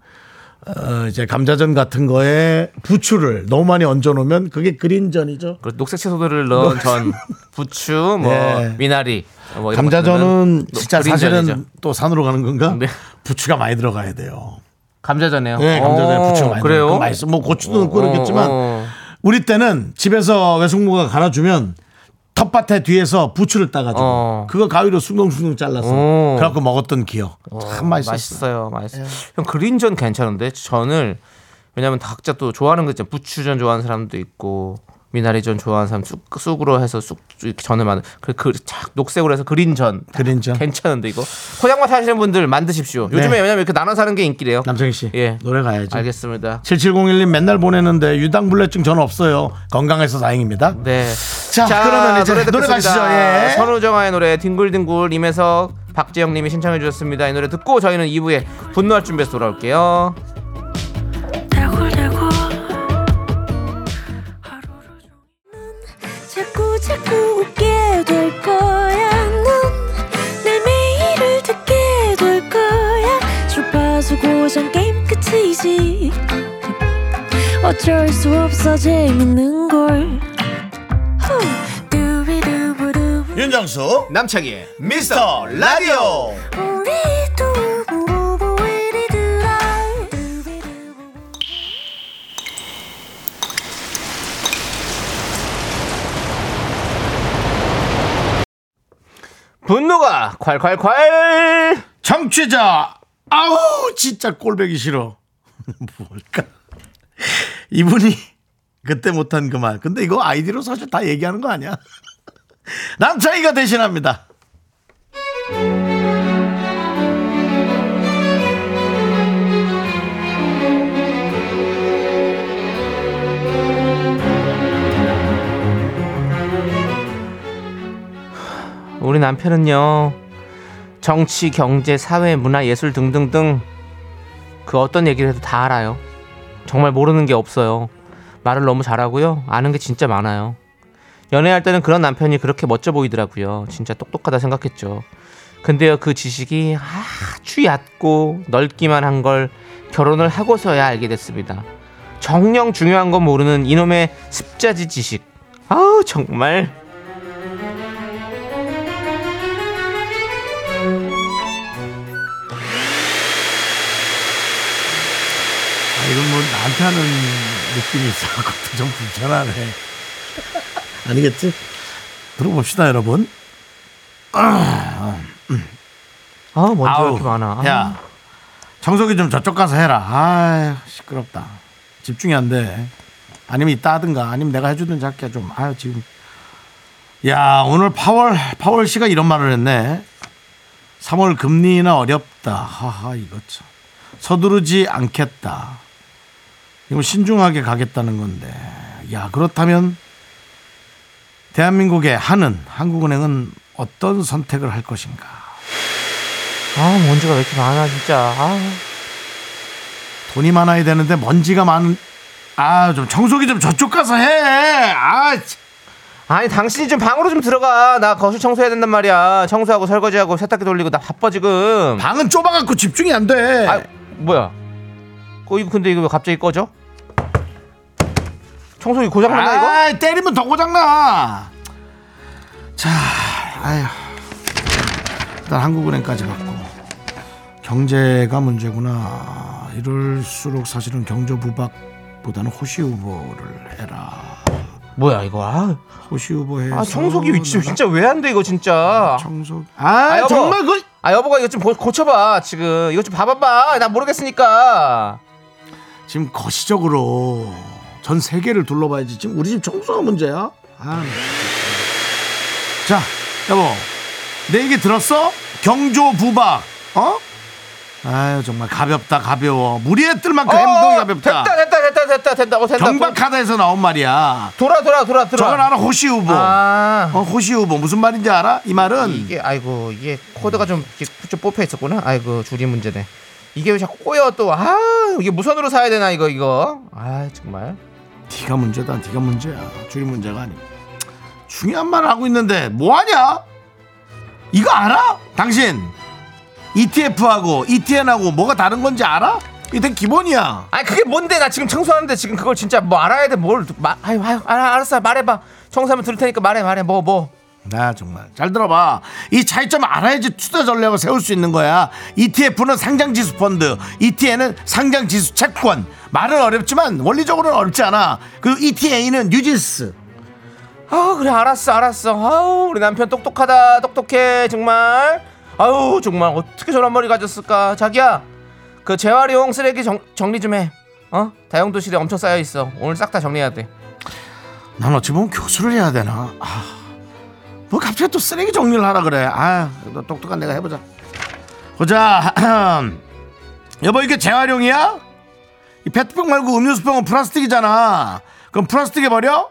S1: 어, 이제 감자전 같은 거에 부추를 너무 많이 얹어 놓으면 그게 그린전이죠.
S2: 그리고 녹색 채소들을 넣은 전 부추, 뭐
S1: 예.
S2: 미나리, 뭐 이런
S1: 감자전은
S2: 것들은 노-
S1: 진짜
S2: 그린전이죠.
S1: 사실은 또 산으로 가는 건가?
S2: 네.
S1: 부추가 많이 들어가야 돼요.
S2: 감자전에요.
S1: 네, 감자전에
S2: 어,
S1: 부추가 많이
S2: 그래요?
S1: 들어가요. 맛있어. 뭐 고추도 넣고 그렇겠지만
S2: 어, 어.
S1: 우리 때는 집에서 외숙모가 갈아주면 텃밭에 뒤에서 부추를 따가지고
S2: 어.
S1: 그거 가위로 숭덩숭덩 잘라서
S2: 어.
S1: 그래갖고 먹었던 기억 참 맛있었어.
S2: 맛있어요. 맛있어.
S1: 네.
S2: 형 그린전 괜찮은데 전을 왜냐면 다 각자 또 좋아하는 거 있잖아요. 부추전 좋아하는 사람도 있고 미나리전 좋아하는 사람 쑥 쑥으로 해서 쑥 이렇게 전을 만든 그그착 녹색으로 해서 그린전
S1: 그린전. 네.
S2: 괜찮은데 이거 포장마차 하시는 분들 만드십시오. 요즘에 왜냐면 이렇게 나눠 사는 게 인기래요.
S1: 남성희 씨
S2: 예.
S1: 노래 가야지.
S2: 알겠습니다.
S1: 7701님 맨날 보내는데 유당불내증 전 없어요. 건강해서 다행입니다.
S2: 네.
S1: 자, 그러면 이제 노래
S2: 듣겠습니다.
S1: 가시죠. 예.
S2: 선우정아의 노래 뒹굴뒹굴 님에서 박재영 님이 신청해 주셨습니다. 이 노래 듣고 저희는 2부에 분노할 준비해서 돌아올게요.
S5: 달콤달콤 하루를 종일 자꾸 자꾸 웃게 될 거야 넌내 매일을 듣게 될 거야 주파수 고정 게임 끝이지 어쩔 수 없어 재밌는 걸
S1: 윤정수
S2: 남창희의 미스터 라디오 분노가 콸콸콸
S1: 정취자 아우 진짜 꼴배기 싫어 뭘까 이분이 그때 못한 그 말 근데 이거 아이디로 사실 다 얘기하는 거 아니야 남창희가 대신합니다
S2: 우리 남편은요 정치, 경제, 사회, 문화, 예술 등등등 그 어떤 얘기를 해도 다 알아요. 정말 모르는 게 없어요. 말을 너무 잘하고요. 아는 게 진짜 많아요. 연애할 때는 그런 남편이 그렇게 멋져 보이더라고요. 진짜 똑똑하다 생각했죠. 근데요 그 지식이 아주 얕고 넓기만 한 걸 결혼을 하고서야 알게 됐습니다. 정녕 중요한 건 모르는 이놈의 습자지 지식. 아우 정말
S1: 아, 이건 뭐 나한테 하는 느낌이 있어갖고 좀 불편하네 아니겠지 들어봅시다 여러분
S2: 아우 먼저
S1: 아우,
S2: 이렇게 뭐 많아. 아우.
S1: 야 청소기 좀 저쪽 가서 해라 아 시끄럽다 집중이 안돼 아니면 이따 하든가 아니면 내가 해주든지 할게 좀아 지금 야 오늘 파월 파월 씨가 이런 말을 했네 3월 금리나 어렵다 하하 이거 참 서두르지 않겠다 이거 뭐 신중하게 가겠다는 건데 야 그렇다면 대한민국의 한은 한국은행은 어떤 선택을 할 것인가
S2: 아 먼지가 왜 이렇게 많아 진짜 아
S1: 돈이 많아야 되는데 먼지가 많은 아 좀 청소기 좀 저쪽 가서 해아
S2: 아니 당신이 좀 방으로 좀 들어가 나 거실 청소해야 된단 말이야 청소하고 설거지하고 세탁기 돌리고 나 바빠 지금
S1: 방은 좁아갖고 집중이 안돼
S2: 음. 아 뭐야 어 이거 근데 이거 왜 갑자기 꺼져 청소기 고장났나 이거
S1: 아, 때리면 더 고장나 자 아휴 일단 한국은행까지 갔고 경제가 문제구나 이럴수록 사실은 경제 부박보다는 호시 후보를 해라
S2: 뭐야 이거 아,
S1: 호시 후보 해서
S2: 아 청소기 위치
S1: 나가-
S2: 진짜 왜 안 돼 이거 진짜
S1: 청소
S2: 아,
S1: 아
S2: 여보.
S1: 정말 그
S2: 아 여보가 이거 좀 고, 고쳐봐 지금 이거 좀 봐봐봐 나 모르겠으니까
S1: 지금 거시적으로 전 세계를 둘러봐야지 지금 우리 집 청소가 문제야. 아, 자, 여보, 내 얘기 들었어? 경조 부박, 어? 아유 정말 가볍다 가벼워 무리했들 만큼 그 행동이
S2: 어,
S1: 가볍다.
S2: 됐다 됐다 됐다 됐다 됐다 어, 됐다
S1: 경박하다에서 나온 말이야.
S2: 돌아 돌아 돌아 돌아
S1: 저건 알아 호시 후보.
S2: 아
S1: 어, 호시 후보 무슨 말인지 알아? 이 말은
S2: 이게 아이고 이게 코드가 좀, 이렇게 좀 뽑혀 있었구나. 아이고 줄이 문제네. 이게 왜 자꾸 꼬여 또. 아 이게 무선으로 사야 되나 이거 이거. 아 정말.
S1: 네가 문제다 네가 문제야 줄이 문제가 아니고 중요한 말을 하고 있는데 뭐하냐 이거 알아 당신 E ETF하고 ETN하고 뭐가 다른 건지 알아 이게 기본이야
S2: 아 그게 뭔데 나 지금 청소하는데 지금 그걸 진짜 뭐 알아야 돼 뭘. 마, 아유 아유 알아, 알았어 말해봐. 청소하면 들을 테니까 말해 말해 뭐 뭐.
S1: 나 정말 잘 들어봐 이 차이점 알아야지 투자 전략을 세울 수 있는 거야 ETF는 상장지수 펀드 ETN은 상장지수 채권 말은 어렵지만 원리적으로는 어렵지 않아 그리고 ETA는 뉴진스
S2: 아 그래 알았어 알았어. 아우 우리 남편 똑똑하다 똑똑해 정말. 아우 정말 어떻게 저런 머리 가졌을까 자기야. 그 재활용 쓰레기 정, 정리 좀 해. 어 다용도실에 엄청 쌓여 있어. 오늘 싹 다 정리해야 돼.
S1: 난 어찌 보면 교수를 해야 되나? 아, 뭐 갑자기 또 쓰레기 정리를 하라 그래. 아, 너 똑똑한 내가 해보자. 보자. 여보 이게 재활용이야? 이 페트병 말고 음료수병은 플라스틱이잖아. 그럼 플라스틱에 버려?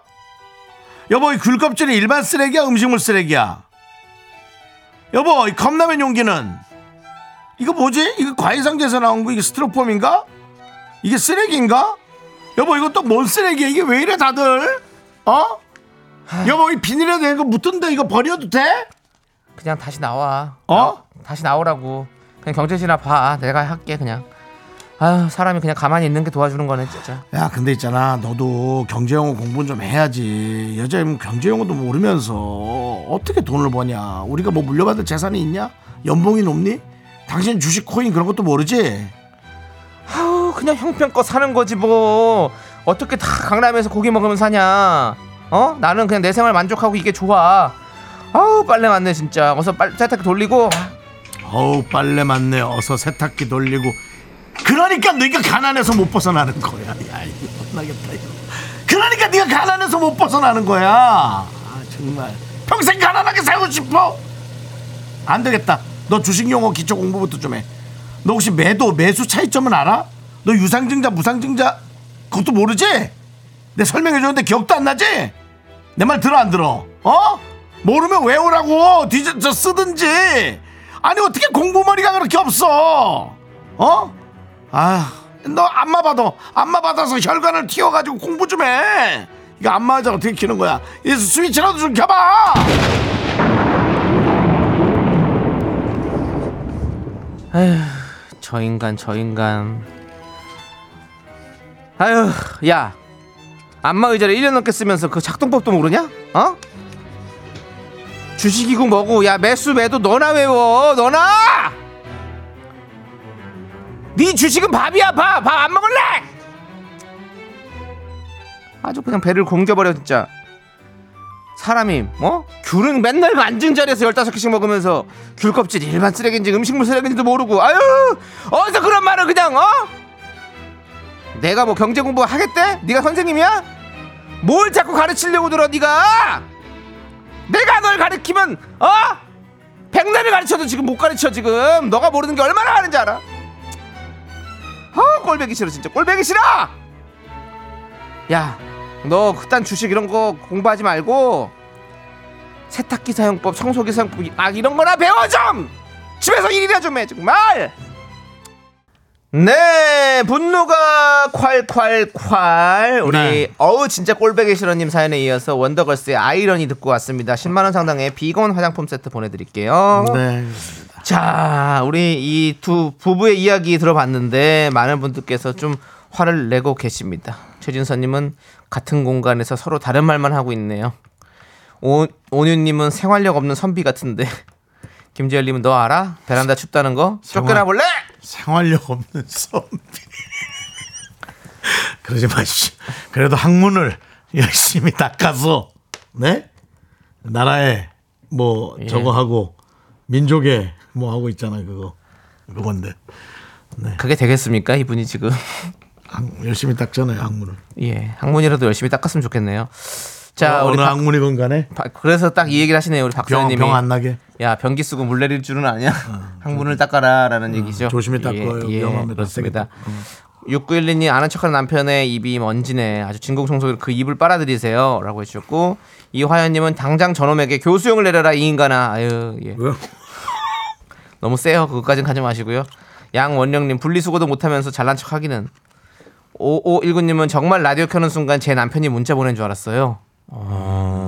S1: 여보 이 귤껍질은 일반 쓰레기야 음식물 쓰레기야? 여보 이 컵라면 용기는 이거 뭐지? 이거 과일 상자에서 나온 거 이게 스티로폼인가? 이게 쓰레기인가? 여보 이거 또 뭔 쓰레기야 이게 왜 이래 다들? 어? 여보 이 비닐에 된 거 묻던데 이거 버려도 돼?
S2: 그냥 다시 나와.
S1: 어?
S2: 다시 나오라고. 그냥 경제실이나 봐. 내가 할게 그냥. 아유 사람이 그냥 가만히 있는 게 도와주는 거네 진짜.
S1: 야, 근데 있잖아. 너도 경제용어 공부 좀 해야지. 여자애면 경제용어도 모르면서 어떻게 돈을 버냐? 우리가 뭐 물려받을 재산이 있냐? 연봉이 높니? 당신 주식 코인 그런 것도 모르지?
S2: 아우 그냥 형편껏 사는 거지 뭐 어떻게 다 강남에서 고기 먹으면 사냐? 어 나는 그냥 내 생활 만족하고 이게 좋아. 아우 빨래 많네 진짜. 어서 빨 세탁기 돌리고
S1: 어우, 빨래 많네. 어서 세탁기 돌리고. 그러니까 네가 가난해서 못 벗어나는 거야. 야, 이거 혼나겠다, 이거. 그러니까 네가 가난해서 못 벗어나는 거야. 아, 정말. 평생 가난하게 살고 싶어? 안 되겠다. 너 주식 용어 기초 공부부터 좀 해. 너 혹시 매도 매수 차이점은 알아? 너 유상증자 무상증자 그것도 모르지? 내 설명해 줬는데 기억도 안 나지? 내 말 들어 안 들어? 어? 모르면 외우라고 뒤져 저 쓰든지. 아니 어떻게 공부머리가 그렇게 없어? 어? 아, 너 안마 받아. 안마 받아서 혈관을 튀어가지고 공부 좀 해. 이거 안마 의자 어떻게 키는 거야? 이 스위치라도 좀 켜봐.
S2: 저 인간 저 인간 아휴 야 안마 의자를 1년 넘게 쓰면서 그 작동법도 모르냐? 어? 주식이고 뭐고 야 매수 매도 너나 외워 너나 네 주식은 밥이야 밥 밥 안 먹을래 아주 그냥 배를 공겨버려 진짜 사람이 어? 귤은 맨날 만진 자리에서 15개씩 먹으면서 귤 껍질 일반 쓰레기인지 음식물 쓰레기인지도 모르고 아유 어디서 그런 말을 그냥 어? 내가 뭐 경제 공부 하겠대? 네가 선생님이야? 뭘 자꾸 가르치려고 들어 네가 내가 널 가르치면 어? 백날을 가르쳐도 지금 못 가르쳐 지금 너가 모르는 게 얼마나 많은지 알아 어 꼴배기 싫어 진짜 꼴배기 싫어 야, 너 그딴 주식 이런 거 공부하지 말고 세탁기 사용법, 청소기 사용법 아 이런 거나 배워 좀. 집에서 일이나 좀 해 정말. 네, 분노가 콸콸콸. 우리
S1: 네.
S2: 어우 진짜 꼴배기 싫어님 사연에 이어서 원더걸스의 아이러니 듣고 왔습니다. 10만 원 상당의 비건 화장품 세트 보내드릴게요.
S1: 네.
S2: 자, 우리 이 두 부부의 이야기 들어봤는데 많은 분들께서 좀 화를 내고 계십니다. 최진서님은 같은 공간에서 서로 다른 말만 하고 있네요. 오, 온유님은 생활력 없는 선비 같은데 김재열님은 너 알아? 베란다 춥다는 거? 쫓겨나 볼래?
S1: 생활력 없는 선비. 그러지 마시. 그래도 학문을 열심히 닦아서 네 나라에 뭐
S2: 예.
S1: 저거 하고 민족에 뭐 하고 있잖아 그거 그건데 네.
S2: 그게 되겠습니까? 이분이 지금
S1: 학- 열심히 닦잖아요 학문을.
S2: 예 학문이라도 열심히 닦았으면 좋겠네요. 자,
S1: 어,
S2: 우리
S1: 느
S2: 박-
S1: 학문이건 간에
S2: 바- 그래서 딱 이 얘기를 하시네요. 우리 박사님이
S1: 병 안 나게.
S2: 야 변기 쓰고 물 내릴 줄은 아냐 항문을 닦아라라는 얘기죠
S1: 어, 음,
S2: 예,
S1: 조심히 닦아요. 위험합니다. 음.
S2: 그렇습니다 6912님 아는 척하는 남편의 입이 먼지네 아주 진공청소기로 그 입을 빨아들이세요 라고 해주셨고 이화연님은 당장 저놈에게 교수형을 내려라 이 인간아 아유 예.
S1: 왜요?
S2: 너무 세요 그것까진 가지 마시고요 양원령님 분리수거도 못하면서 잘난 척하기는 5519님은 정말 라디오 켜는 순간 제 남편이 문자 보낸 줄 알았어요 어...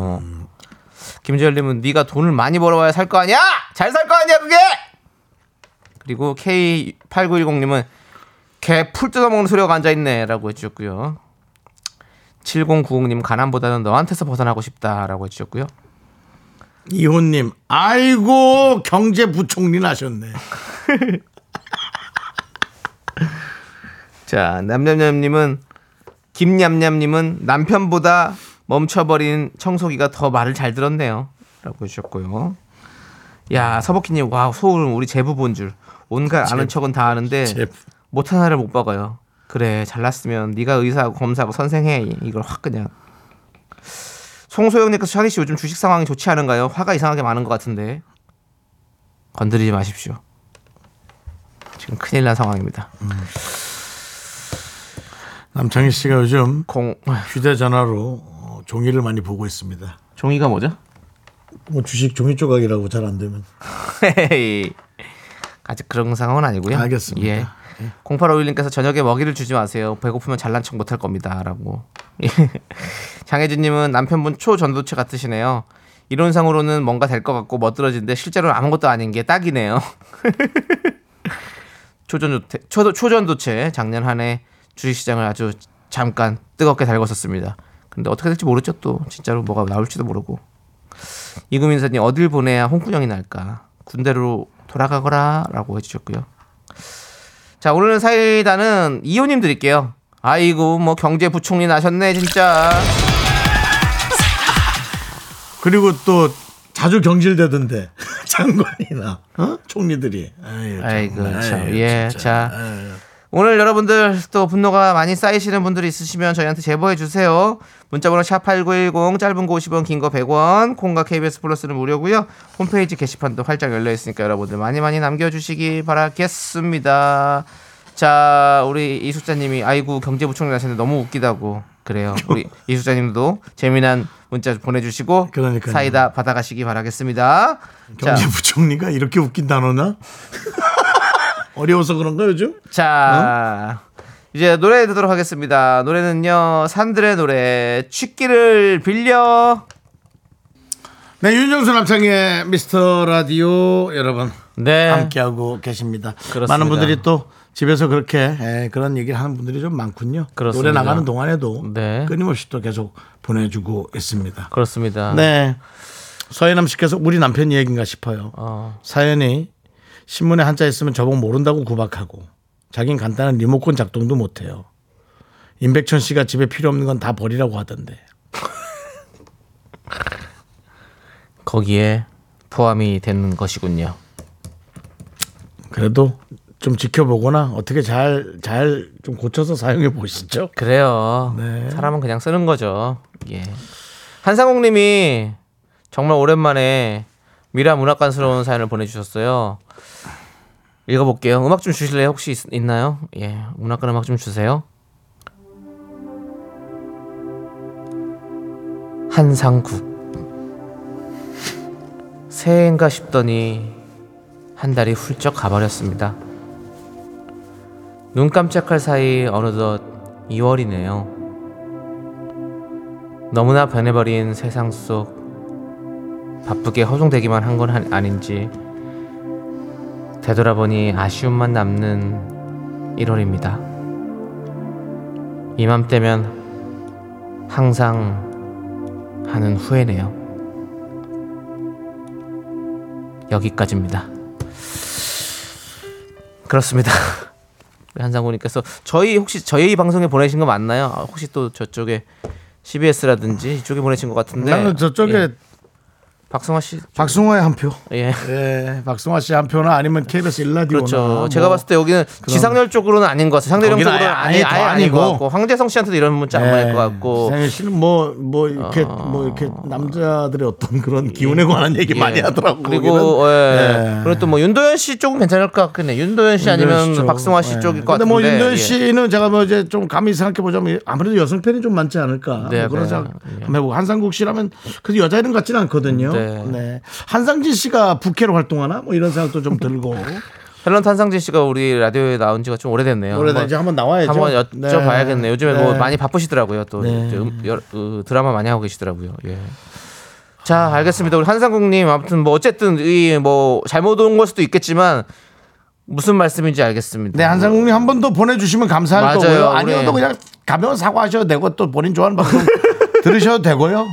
S2: 김재열님은 네가 돈을 많이 벌어와야 살 거 아니야? 잘 살 거 아니야 그게? 그리고 K8910님은 개 풀 뜯어먹는 소리가 앉아있네라고 해주셨고요. 7090님 가난보다는 너한테서 벗어나고 싶다라고 해주셨고요.
S1: 이혼님 아이고 경제부총리 나셨네.
S2: 자 남냠냠님은 김냠냠님은 남편보다 멈춰버린 청소기가 더 말을 잘 들었네요라고 해주셨고요. 야 서복희님 와 소울 우리 제부 본 줄 온갖 아는 척은 다 아는데
S1: 제부.
S2: 못 하나를 못 박아요. 그래 잘났으면 네가 의사하고 검사하고 선생해 이걸 확 그냥. 송소영님께서 차디 씨 요즘 주식 상황이 좋지 않은가요? 화가 이상하게 많은 것 같은데 건드리지 마십시오. 지금 큰일 난 상황입니다.
S1: 남창희 씨가 요즘
S2: 공
S1: 휴대전화로 어, 종이를 많이 보고 있습니다.
S2: 종이가 뭐죠?
S1: 뭐 주식 종이 조각이라고 잘 안 되면.
S2: 헤헤이. 아직 그런 상황은 아니고요.
S1: 알겠습니다.
S2: 예. 0851님께서 저녁에 먹이를 주지 마세요. 배고프면 잘난 척 못할 겁니다라고. 예. 장혜진님은 남편분 초전도체 같으시네요. 이론상으로는 뭔가 될 것 같고 멋들어지는데 실제로는 아무것도 아닌 게 딱이네요. 초전도체, 초, 초전도체 작년 한 해 주식시장을 아주 잠깐 뜨겁게 달궜었습니다. 근데 어떻게 될지 모르죠 또 진짜로 뭐가 나올지도 모르고 이금인사님 어딜 보내야 홍군형이 날까 군대로 돌아가거라라고 해주셨고요. 자 오늘은 사이다는 이호님 드릴게요. 아이고 뭐 경제부총리 나셨네 진짜.
S1: 그리고 또 자주 경질되던데 장관이나 어? 총리들이. 아유,
S2: 아이고,
S1: 예, 정말.
S2: 참.
S1: 아유,
S2: 예,
S1: 진짜.
S2: 자.
S1: 아유.
S2: 오늘 여러분들 또 분노가 많이 쌓이시는 분들이 있으시면 저희한테 제보해 주세요. 문자번호 샵8910 짧은 거 50원 긴 거 100원 콩과 KBS 플러스는 무료고요. 홈페이지 게시판도 활짝 열려 있으니까 여러분들 많이 많이 남겨주시기 바라겠습니다. 자 우리 이숙자님이 아이고 경제부총리 하셨는데 너무 웃기다고 그래요. 우리 이숙자님도 재미난 문자 보내주시고
S1: 그러니까요.
S2: 사이다 받아가시기 바라겠습니다. 자,
S1: 경제부총리가 이렇게 웃긴 단어나? 어려워서 그런가 요즘?
S2: 자 이제 노래 듣도록 하겠습니다. 노래는요 산들의 노래 취기를 빌려.
S1: 네, 윤정수 남창의 미스터 라디오 여러분
S2: 네.
S1: 함께하고 계십니다.
S2: 그렇습니다.
S1: 많은 분들이 또 집에서 그렇게 에, 그런 얘기를 하는 분들이 좀 많군요.
S2: 그렇습니다.
S1: 노래 나가는 동안에도
S2: 네.
S1: 끊임없이 또 계속 보내주고 있습니다.
S2: 그렇습니다.
S1: 네. 서예남 씨께서 우리 남편 얘기인가 싶어요.
S2: 어.
S1: 사연이 신문에 한자 있으면 저보고 모른다고 구박하고 자긴 간단한 리모컨 작동도 못해요. 임백천 씨가 집에 필요 없는 건 다 버리라고 하던데.
S2: 거기에 포함이 되는 것이군요.
S1: 그래도 좀 지켜보거나 어떻게 잘 잘 좀 고쳐서 사용해 보시죠.
S2: 그래요.
S1: 네.
S2: 사람은 그냥 쓰는 거죠. 예. 한상욱님이 정말 오랜만에 미라 문학관스러운 사연을 보내주셨어요. 읽어볼게요. 음악 좀 주실래요? 혹시 있, 있나요? 예, 문학관 음악 좀 주세요. 한상국 새해인가 싶더니 한 달이 훌쩍 가버렸습니다. 눈 깜짝할 사이 어느덧 2월이네요. 너무나 변해버린 세상 속 바쁘게 허송대기만 한 건 아닌지 되돌아보니 아쉬움만 남는 1월입니다. 이맘때면 항상 하는 후회네요. 여기까지입니다. 그렇습니다. 우리 한상우님께서 저희 혹시 저희 방송에 보내신 거 맞나요? 아, 혹시 또 저쪽에 CBS라든지 이쪽에 보내신 것 같은데.
S1: 네. 나는 저쪽에
S2: 예. 박성화 씨.
S1: 박승화의 한 표.
S2: 예.
S1: 예, 박승화 씨 한 표나 아니면 KBS 일라디오.
S2: 그렇죠. 제가 봤을 때 여기는 지상렬 쪽으로는 아닌 것 같아요. 상대령
S1: 뭐 거기는
S2: 쪽으로는
S1: 아예- 아예
S2: 아니, 아예,
S1: 더
S2: 아닌
S1: 아니고.
S2: 것
S1: 네.
S2: 같고 황재성 씨한테도 이런 문자 안 보낼 것 같고 어.
S1: 생일 씨는 뭐, 뭐, 이렇게, 뭐, 이렇게 남자들의 어떤 그런 기운에 관한 얘기 많이
S2: 예.
S1: 하더라고요.
S2: 그리고 예.
S1: 예.
S2: 그리고 또 뭐 윤도현 씨 쪽은 괜찮을 것 같긴 해. 윤도현 씨 아니면 박승화 씨 쪽일 것
S1: 근데
S2: 같은데.
S1: 뭐 윤도현
S2: 예.
S1: 씨는 제가 뭐 이제 좀 감히 생각해 보자면 아무래도 여성 팬이 좀 많지 않을까
S2: 네,
S1: 뭐 그런
S2: 네.
S1: 생각
S2: 예.
S1: 한번 해보고 한상국 씨라면 그래도 여자 이름 같지는 않거든요. 네.
S2: 네.
S1: 한상진 씨가 부캐로 활동하나 뭐 이런 생각도 좀 들고
S2: 탤런트 한상진 씨가 우리 라디오에 나온 지가 좀 오래됐네요.
S1: 올해 이제 한번 나와야죠.
S2: 한번
S1: 네.
S2: 여쭤봐야겠네요. 요즘에
S1: 네.
S2: 뭐 많이 바쁘시더라고요. 또
S1: 네.
S2: 이제 음- 여- 그 드라마 많이 하고 계시더라고요. 예. 자,
S1: 아.
S2: 알겠습니다. 우리 한상국님 아무튼 뭐 어쨌든 이 뭐 잘못 온 걸 수도 있겠지만 무슨 말씀인지 알겠습니다.
S1: 네 한상국님 한 번 더 보내주시면 감사할
S2: 맞아요,
S1: 거고요. 아니어도
S2: 우리.
S1: 그냥 가벼운 사과하셔도 되고 또 본인 좋아하는 방송 들으셔도 되고요.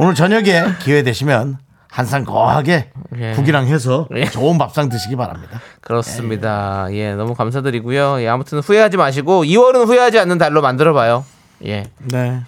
S1: 오늘 저녁에 기회 되시면 한상 거하게
S2: 예.
S1: 국이랑 해서
S2: 예.
S1: 좋은 밥상 드시기 바랍니다.
S2: 그렇습니다. 예, 너무 감사드리고요. 예, 아무튼 후회하지 마시고 2월은 후회하지 않는 달로 만들어 봐요. 예.
S1: 네.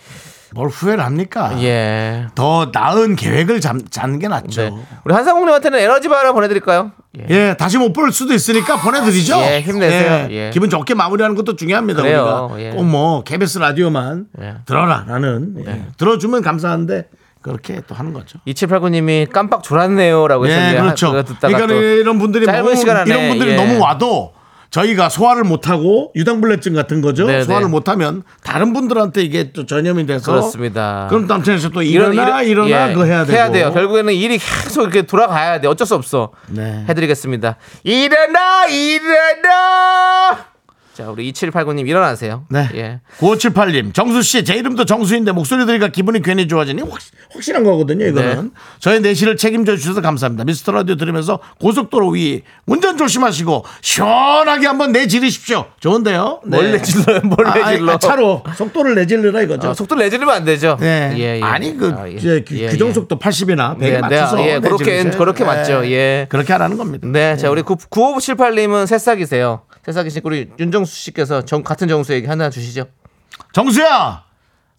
S1: 뭘 후회를 합니까?
S2: 예.
S1: 더 나은 계획을 잡, 잡는 게 낫죠.
S2: 네. 우리 한상국 님한테는 에너지 바라 보내 드릴까요? 예.
S1: 예, 다시 못 볼 수도 있으니까 보내드리죠.
S2: 예, 힘내세요. 예.
S1: 기분 좋게 마무리하는 것도 중요합니다.
S2: 그래요.
S1: 우리가
S2: 예.
S1: 꼭뭐 KBS 라디오만
S2: 예. 네.
S1: 들어라 나는 예. 들어주면 감사한데 그렇게 또 하는 거죠.
S2: 2789님이 깜빡 졸았네요라고
S1: 예,
S2: 했었는데
S1: 그렇죠.
S2: 그거 듣다가
S1: 그러니까
S2: 또
S1: 이런 분들이
S2: 짧은
S1: 너무,
S2: 시간 안에,
S1: 이런 분들이
S2: 예.
S1: 너무 와도 저희가 소화를 못하고 유당불내증 같은 거죠.
S2: 네,
S1: 소화를
S2: 네.
S1: 못하면 다른 분들한테 이게 또 전염이 돼서
S2: 그렇습니다.
S1: 그럼 남편에서 또 일어나
S2: 이런-
S1: 일어나
S2: 예,
S1: 그거 해야 되고
S2: 돼요. 결국에는 일이 계속 이렇게 돌아가야 돼. 어쩔 수 없어.
S1: 네.
S2: 해드리겠습니다. 일어나 일어나. 자, 우리 2789님 일어나세요.
S1: 네.
S2: 예.
S1: 9578님, 정수씨, 제 이름도 정수인데 목소리 들으니까 기분이 괜히 좋아지니 확, 확실한 거거든요,
S2: 네.
S1: 이거는. 저의 내실을 책임져 주셔서 감사합니다. 미스터 라디오 들으면서 고속도로 위 운전 조심하시고 시원하게 한번 내지르십시오. 좋은데요? 네.
S2: 몰래 질러요, 몰래
S1: 아, 아니,
S2: 질러.
S1: 아, 차로 속도를 내지르라 이거죠.
S2: 어, 속도를 내지르면 안 되죠.
S1: 네.
S2: 예, 예.
S1: 아니, 그,
S2: 아, 예.
S1: 이제 규-
S2: 예, 예.
S1: 규정 속도 80이나 100에
S2: 네, 네,
S1: 맞춰서.
S2: 예, 그렇게,
S1: 내지르세요. 네.
S2: 그렇게 맞죠. 예.
S1: 그렇게 하라는 겁니다.
S2: 네, 자 우리 9578님은 새싹이세요. 새싹이신 우리 윤정수 씨께서 정, 같은 정수에게 하나 주시죠.
S1: 정수야,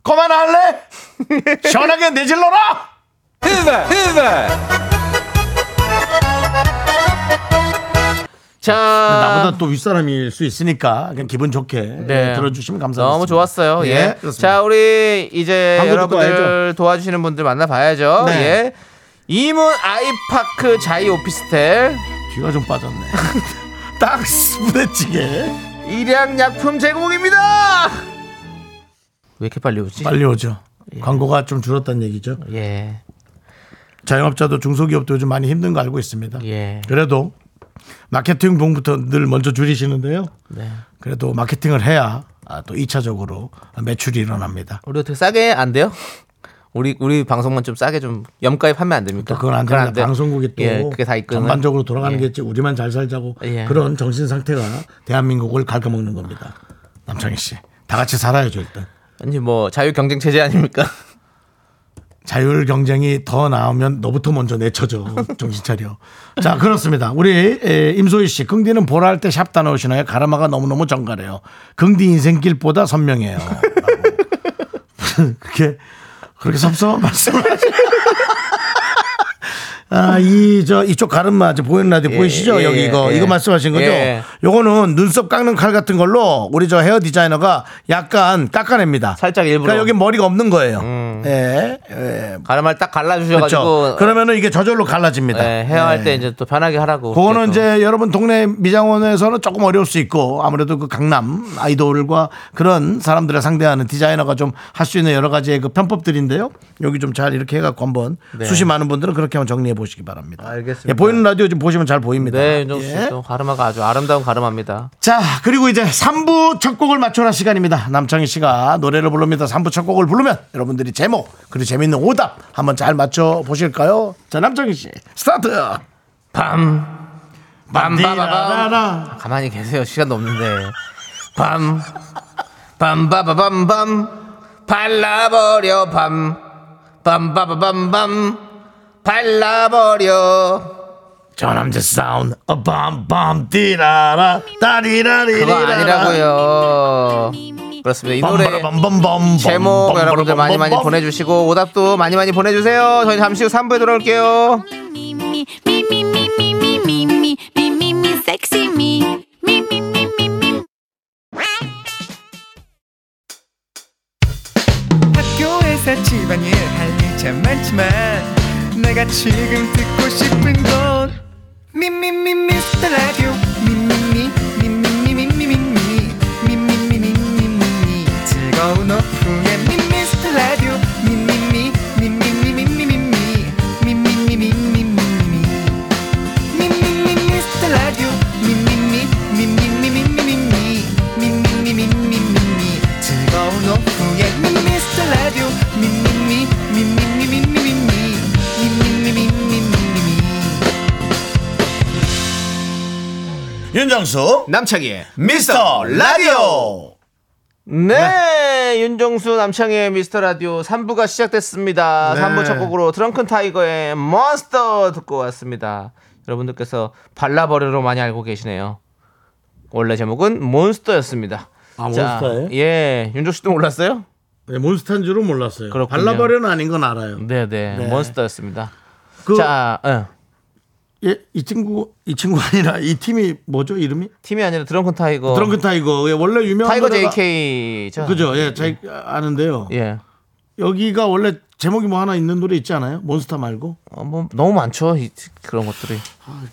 S1: 그만 할래? 시원하게 내질러라!
S2: 자,
S1: 나보다 또 윗사람일 수 있으니까 그냥 기분 좋게
S2: 네.
S1: 예, 들어주시면 감사합니다.
S2: 너무 좋았어요. 예.
S1: 그렇습니다.
S2: 자, 우리 이제
S1: 광고 듣고
S2: 여러분들 도와주시는 분들 만나봐야죠.
S1: 네.
S2: 예. 이문 아이파크 자이 오피스텔
S1: 귀가 좀 빠졌네. 딱스 부대찌개
S2: 일양약품 제공입니다. 왜 이렇게 빨리 오지?
S1: 빨리 오죠. 광고가 좀 줄었다는 얘기죠.
S2: 예.
S1: 자영업자도 중소기업도 요즘 많이 힘든 거 알고 있습니다.
S2: 예.
S1: 그래도 마케팅 봉부터 늘 먼저 줄이시는데요.
S2: 네.
S1: 그래도 마케팅을 해야 아, 또 2차적으로 매출이 일어납니다.
S2: 우리 어떻게 싸게 안 돼요? 우리 우리 방송만 좀 싸게 좀 염가에 판매 안 됩니까?
S1: 또 그건 안
S2: 그건
S1: 되는 방송국이 또
S2: 예, 그게 다 이끄는
S1: 전반적으로 돌아가는
S2: 예.
S1: 게지 우리만 잘 살자고
S2: 예.
S1: 그런 정신 상태가 대한민국을 갉아먹는 겁니다. 남창희 씨, 다 같이 살아야죠 일단.
S2: 아니 뭐 자유 경쟁 체제 아닙니까?
S1: 자율 경쟁이 더 나오면 너부터 먼저 내쳐줘 정신 차려. 자 그렇습니다. 우리 에, 임소희 씨, 긍디는 보라 할 때 샵 다 넣으시나요? 가라마가 너무너무 정갈해요. 긍디 인생길보다 선명해요. 라고. 그렇게 그렇게 섭섭한 말씀을 하시. 아, 이, 저, 이쪽 가르마, 저, 보이는 라디오
S2: 예,
S1: 보이시죠?
S2: 예,
S1: 여기 이거,
S2: 예.
S1: 이거 말씀하신 거죠?
S2: 예.
S1: 요거는 눈썹 깎는 칼 같은 걸로 우리 저 헤어 디자이너가 약간 깎아냅니다.
S2: 살짝 일부러. 음.
S1: 그러니까 여기 머리가 없는 거예요. 예, 예.
S2: 가르마를 딱 갈라 주셔
S1: 그렇죠.
S2: 가지고
S1: 그러면은 이게 저절로 갈라집니다.
S2: 예, 헤어할
S1: 예.
S2: 때 이제 또 편하게 하라고.
S1: 그거는
S2: 그렇게 또.
S1: 이제 여러분 동네 미장원에서는 조금 어려울 수 있고 아무래도 그 강남 아이돌과 그런 사람들을 상대하는 디자이너가 좀 할 수 있는 여러 가지의 그 편법들인데요. 여기 좀 잘 이렇게 해갖고 한번
S2: 네.
S1: 수시 많은 분들은 그렇게 한번 정리해 보시기 바랍니다.
S2: 알겠습니다.
S1: 예, 보이는 라디오 좀 보시면 잘 보입니다.
S2: 네, 윤정수 씨.
S1: 예.
S2: 또 가르마가 아주 아름다운 가르마입니다.
S1: 자, 그리고 이제 3부 첫 곡을 맞춰라 시간입니다. 남창희 씨가 노래를 부릅니다. 3부 첫 곡을 부르면 여러분들이 제목, 그리고 재밌는 오답 한번 잘 맞춰 보실까요? 자, 남창희 씨, 스타트!
S2: 밤.
S1: 밤디라라라.
S2: 밤바바밤. 가만히 계세요. 시간도 없는데. 밤. 밤바바밤밤. 발라버려 밤. 밤바바밤밤. 발라버려.
S1: 전함제 사운드, 어, 밤, 밤, 디라라, 다리라리라.
S2: 그거 아니라고요. 그렇습니다. 이 노래
S1: 밤바라밤밤밤,
S2: 제목
S1: 밤바라밤밤밤.
S2: 여러분들 많이 많이 보내주시고 오답도 많이 많이 보내주세요. 저희 잠시 후 3부에 돌아올게요.
S5: Me, me, me, me, me, me, me, me, me, me, me, me, sexy me. Me, me, me, me, me.
S6: 학교에서 집안일 할 일 참 많지만 내가 지금 듣고 싶은 건 미미미 미스터 라디오 미미미 미미미 미미미 미미미 미미미 즐거운 오후에 미스터 라디오 미미미 미미미 미미미 미미미 미미미 미미미 미스터 라디오 미미미 미미미 미미미 미미미 미미미 즐거운 오후에 미스터 라디오 미미미 미미미 미미미 미미미 미미미
S1: 윤정수,
S2: 남창희의
S1: 미스터 라디오.
S2: 네, 윤정수 남창희의 미스터 라디오 3부가 시작됐습니다.
S1: 네.
S2: 3부 첫 곡으로 트렁큰 타이거의 몬스터 듣고 왔습니다. 여러분들께서 발라버려로 많이 알고 계시네요. 원래 제목은 몬스터였습니다.
S1: 아,
S2: 자,
S1: 몬스터예요?
S2: 예, 윤정 씨도 몰랐어요?
S1: 네, 몬스터인 줄은 몰랐어요.
S2: 그렇군요.
S1: 발라버려는 아닌 건 알아요.
S2: 네, 네,
S1: 네.
S2: 몬스터였습니다.
S1: 그,
S2: 자, 예.
S1: 예, 이 친구, 이 친구 아니라 이 팀이 뭐죠, 이름이?
S2: 팀이 아니라 트렁큰 타이거.
S1: 드렁큰 타이거 예, 원래 유명한
S2: 어. 타이거
S1: 노래가-
S2: JK죠.
S1: 그죠 예 잘 아는데요
S2: 예.
S1: 여기가 원래 제목이 뭐 하나 있는 노래 있지 않아요 몬스타 말고
S2: 어, 뭐 너무 많죠. 이- 그런 것들이.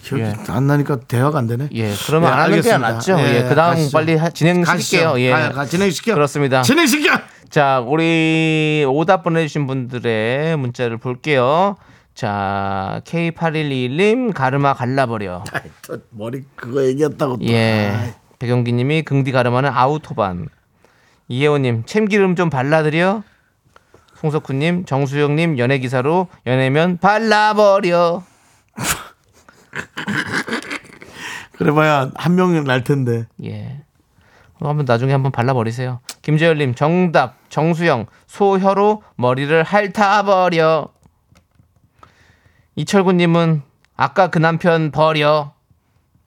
S1: 기억이
S2: 예.
S1: 안 나니까 대화가 안 되네
S2: 예, 그러면
S1: 예,
S2: 안 하는 게
S1: 알겠습니다.
S2: 낫죠.
S1: 예,
S2: 예, 그다음
S1: 가시죠.
S2: 빨리 하- 진행시킬게요.
S1: 가시죠
S2: 예.
S1: 가-
S7: 아,
S1: 가- 진행시켜
S2: 그렇습니다.
S1: 진행시켜
S2: 자, 우리 오답 보내주신 분들의 문자를 볼게요. 자, K8121님, 가르마 갈라버려.
S1: 아이, 또 머리 그거 얘기했다고 또.
S2: 예.
S1: 아이,
S2: 백영기님이 긍디 가르마는 아우토반. 이혜호님 참기름 좀 발라드려. 송석훈님 정수영님 연애 기사로 연애면 발라버려.
S7: 그래봐야 한 명이 날 텐데.
S2: 예. 어, 한번 나중에 한번 발라버리세요. 김재열님 정답 정수영 소혀로 머리를 핥아버려. 이철구님은 아까 그 남편 버려.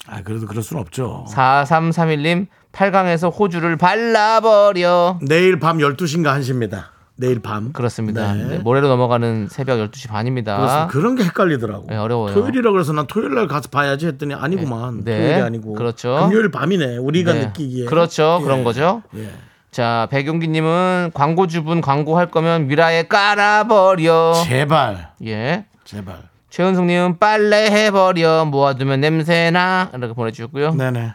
S7: 아 그래도 그럴 순 없죠.
S2: 4331님 8강에서 호주를 발라버려.
S7: 내일 밤 12시인가 1시입니다. 내일 밤.
S2: 그렇습니다.
S7: 네.
S2: 네, 모레로 넘어가는 새벽 12시 반입니다.
S7: 그래서 그런 게 헷갈리더라고.
S2: 네, 어려워요.
S7: 토요일이라 그래서 난 토요일 날 가서 봐야지 했더니 아니구만.
S2: 네.
S7: 토요일이 아니고.
S2: 그렇죠.
S7: 금요일 밤이네. 우리가
S2: 네.
S7: 느끼기에.
S2: 그렇죠.
S7: 예.
S2: 그런 거죠.
S7: 예.
S2: 자, 백용기님은 광고주분 광고할 거면 미라에 깔아버려.
S7: 제발.
S2: 예.
S7: 제발.
S2: 최은숙님은 빨래 해버려. 모아두면 냄새나. 이렇게 보내주셨고요.
S7: 네네.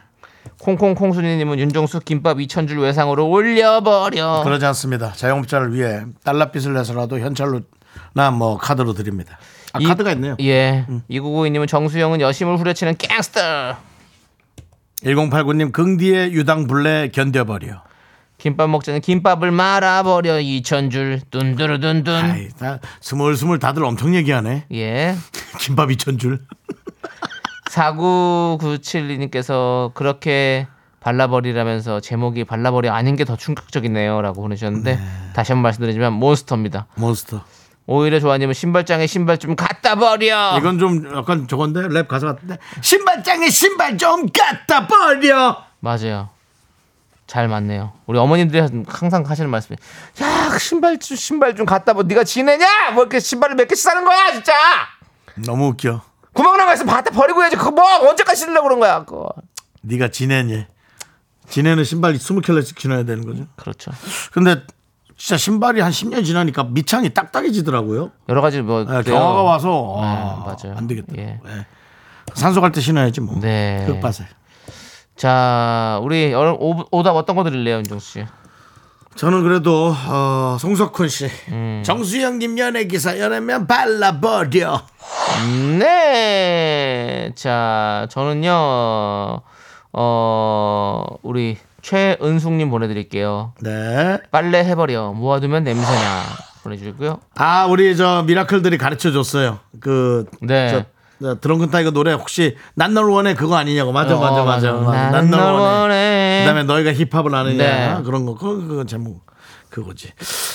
S2: 콩콩콩순이님은 윤종수 김밥 2,000줄 외상으로 올려버려.
S7: 그러지 않습니다. 자영업자를 위해 달러빚을 내서라도 현찰로나 뭐 카드로 드립니다. 아
S2: 이-
S7: 카드가 있네요.
S2: 예.
S7: 음.
S2: 이구구이님은 정수영은 여심을 후려치는 갱스터.
S7: 1089님 긍디의 유당불내 견뎌버려.
S2: 김밥 먹자는 김밥을 말아버려. 2,000줄. 둔두르둔둔.
S7: 아이, 다 스물스물 다들 엄청 얘기하네.
S2: 예.
S7: 김밥 2천 줄.
S2: 4997님께서 그렇게 발라버리라면서 제목이 발라버리 아닌 게 더 충격적이네요. 라고 보내주셨는데 다시 한번 말씀드리지만 몬스터입니다.
S7: 몬스터.
S2: 오히려 조아님은 신발장에 신발 좀 갖다
S1: 아.
S2: 버려.
S7: 이건 좀 약간 저건데 랩 가사 같은데 신발장에 신발 좀 갖다 버려.
S2: 맞아요. 잘 맞네요. 우리 어머님들이 항상 하시는 말씀이 야 신발 좀 신발 좀 갖다 버. 네가 지내냐? 뭐 이렇게 신발을 몇 개씩 사는 거야 진짜.
S7: 너무 웃겨.
S2: 구멍난 거에서 갖다 버리고 해야지. 그거 뭐 언제까지 신으려고 그런 거야 그거.
S7: 네가 지내니? 지내는 신발 20켤레씩 신어야 되는 거죠.
S2: 그렇죠.
S7: 근데 진짜 신발이 한 10년 지나니까 밑창이 딱딱해지더라고요.
S2: 여러 가지 뭐
S7: 예,
S2: 그래요.
S7: 경화가 와서 아,
S2: 네, 맞아요.
S7: 안 되겠다.
S2: 예.
S7: 예. 산소 갈 때 신어야지 뭐.
S2: 네.
S7: 흙밭에.
S2: 자 우리 여- 오- 오답 어떤 거 드릴래요 윤정 씨?
S7: 저는 그래도 어, 송석훈 씨,
S2: 음.
S7: 정수영님 연애 기사 연애면 발라버려.
S2: 네. 자, 저는요, 어, 우리 최은숙님 보내드릴게요.
S7: 네.
S2: 빨래 해버려. 모아두면 냄새나. 보내주고요.
S7: 아 우리 저 미라클들이 가르쳐 줬어요. 그
S2: 네.
S7: 저, 저 드렁큰 타이거 노래 혹시 난널 원해 그거 아니냐고 맞아
S2: 어,
S7: 맞아 맞아,
S2: 맞아.
S7: 맞아.
S2: 난널
S7: 난널 원해.
S2: 원해.
S7: 그다음에 너희가 힙합을 아느냐
S2: 네.
S7: 그런 거 그거, 그거 제목 그거지.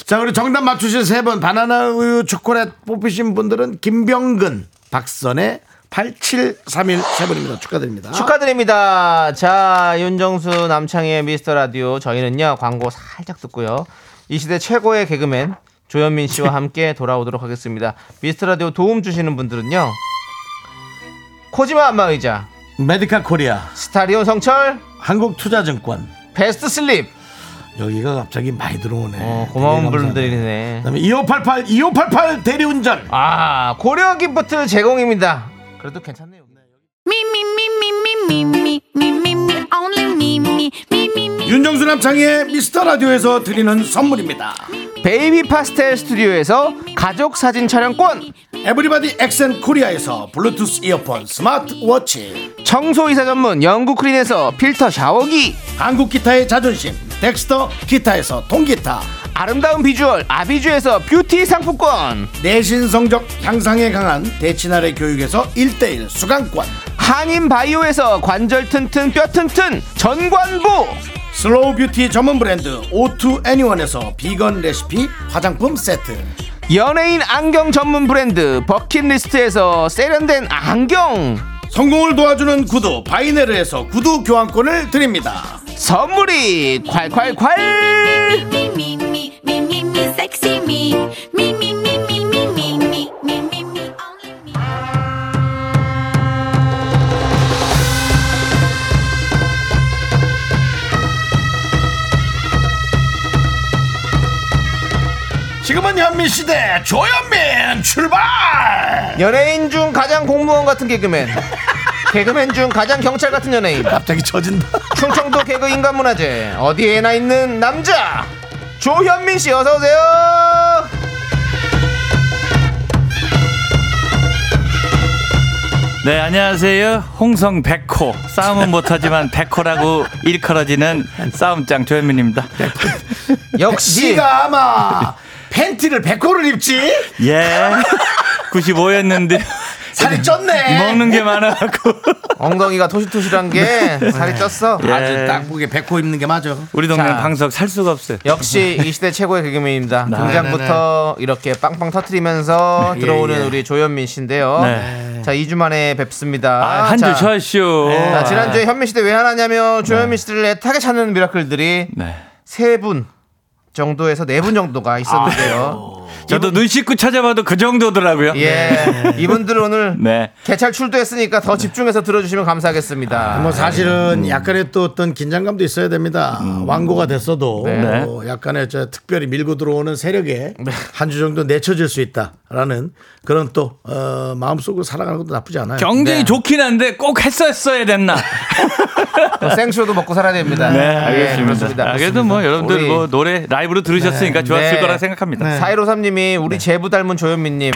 S7: 자 우리 정답 맞추신 세 분 바나나 우유 초콜릿 뽑히신 분들은 김병근 박선혜 8731 세 분입니다. 축하드립니다.
S2: 축하드립니다. 자, 윤정수 남창희의 미스터 라디오. 저희는요, 광고 살짝 듣고요. 이 시대 최고의 개그맨 조현민 씨와 함께 돌아오도록 하겠습니다. 미스터 라디오 도움 주시는 분들은요, 코지마 안마의자,
S7: 메디카 코리아
S2: 스타리온 성철,
S7: 한국투자증권
S2: 베스트 슬립.
S7: 여기가 갑자기 많이 들어오네.
S2: 어, 고마운
S7: 되게 감사합니다.
S2: 분들이네.
S7: 그다음에 2588 2588 대리운전
S2: 아, 고려 기프트 제공입니다. 그래도 괜찮네요.
S5: Me, me, me, me, me, me, me, me, me, me, only me, me, me, me, me.
S7: 윤정수 남창희의 미스터 라디오에서 드리는 선물입니다.
S2: 베이비 파스텔 스튜디오에서 가족 사진 촬영권,
S7: 에브리바디 엑센 코리아에서 블루투스 이어폰, 스마트워치,
S2: 청소 이사 전문 영국 크린에서 필터 샤워기,
S7: 한국 기타의 자존심, 덱스터 기타에서 통기타,
S2: 아름다운 비주얼 아비주에서 뷰티 상품권,
S7: 내신 성적 향상에 강한 대치나래 교육에서 일대일 수강권,
S2: 한인 바이오에서 관절 튼튼 뼈 튼튼 전관부,
S7: 슬로우 뷰티 전문 브랜드 O2 애니원에서 비건 레시피 화장품 세트,
S2: 연예인 안경 전문 브랜드 버킷리스트에서 세련된 안경,
S7: 성공을 도와주는 구두 바이네르에서 구두 교환권을 드립니다.
S2: 선물이 콸콸콸!
S5: Me, me, me, me, me, me, sexy me. Me, me, me, me, me, me, me, me, me, me, only me.
S7: 지금은 현민시대 조현민 출발!
S2: 연예인 중 가장 공무원 같은 개그맨 개그맨 중 가장 경찰 같은 연예인
S7: 갑자기 젖은다.
S2: 충청도 개그 인간문화재 어디에나 있는 남자 조현민 씨 어서 오세요
S8: 네, 안녕하세요. 홍성 백호. 싸움은 못하지만 백호라고 일컬어지는 싸움장 조현민입니다.
S2: 역시
S1: 네가 아마 팬티를 백호를 입지?
S8: 예. 95였는데
S1: 살이 쪘네.
S8: 먹는 게 많아갖고.
S2: 엉덩이가 토실토실한 게 살이 쪘어.
S8: 예.
S1: 아주 딱 보기에 백호 입는 게 맞아.
S8: 우리 동네
S2: 자.
S8: 방석 살 수가 없어요.
S2: 역시 이 시대 최고의 개그맨입니다.
S8: 네.
S2: 등장부터 이렇게 빵빵 터트리면서 들어오는
S1: 예.
S2: 우리 조현민 씨인데요.
S8: 네.
S2: 자, 2주 만에 뵙습니다.
S8: 아, 한
S2: 자, 네.
S8: 주 쉬었쇼.
S2: 자, 지난주에 현민 씨대 왜 하나냐면 조현민 씨를 애타게 찾는 미라클들이
S8: 네.
S2: 세 분 정도에서 네 분 정도가 있었는데요.
S8: 저도 눈 씻고 찾아봐도 그 정도더라고요.
S2: 예. 이분들 오늘
S8: 네.
S2: 개찰 출두했으니까 더 집중해서 들어주시면
S8: 아,
S2: 감사하겠습니다.
S1: 뭐 사실은 약간의 또 어떤 긴장감도 있어야 됩니다.
S7: 음.
S1: 완고가 됐어도
S8: 네.
S1: 뭐 약간의 저 특별히 밀고 들어오는 세력에
S7: 네.
S1: 한 주 정도 내쳐질 수 있다라는 그런 또 어, 마음속으로 살아가는 것도 나쁘지 않아요.
S8: 경쟁이
S2: 네.
S8: 좋긴 한데 꼭 했었어야 됐나.
S2: 또 생쇼도 먹고 살아야 됩니다.
S8: 네,
S2: 예,
S8: 알겠습니다.
S2: 그렇습니다.
S8: 아, 그래도 뭐 여러분들
S2: 우리
S8: 뭐 노래 라이브로 들으셨으니까 좋았을
S2: 네.
S8: 거라 생각합니다. 네.
S2: 4153님이 우리 제부 닮은 조현민님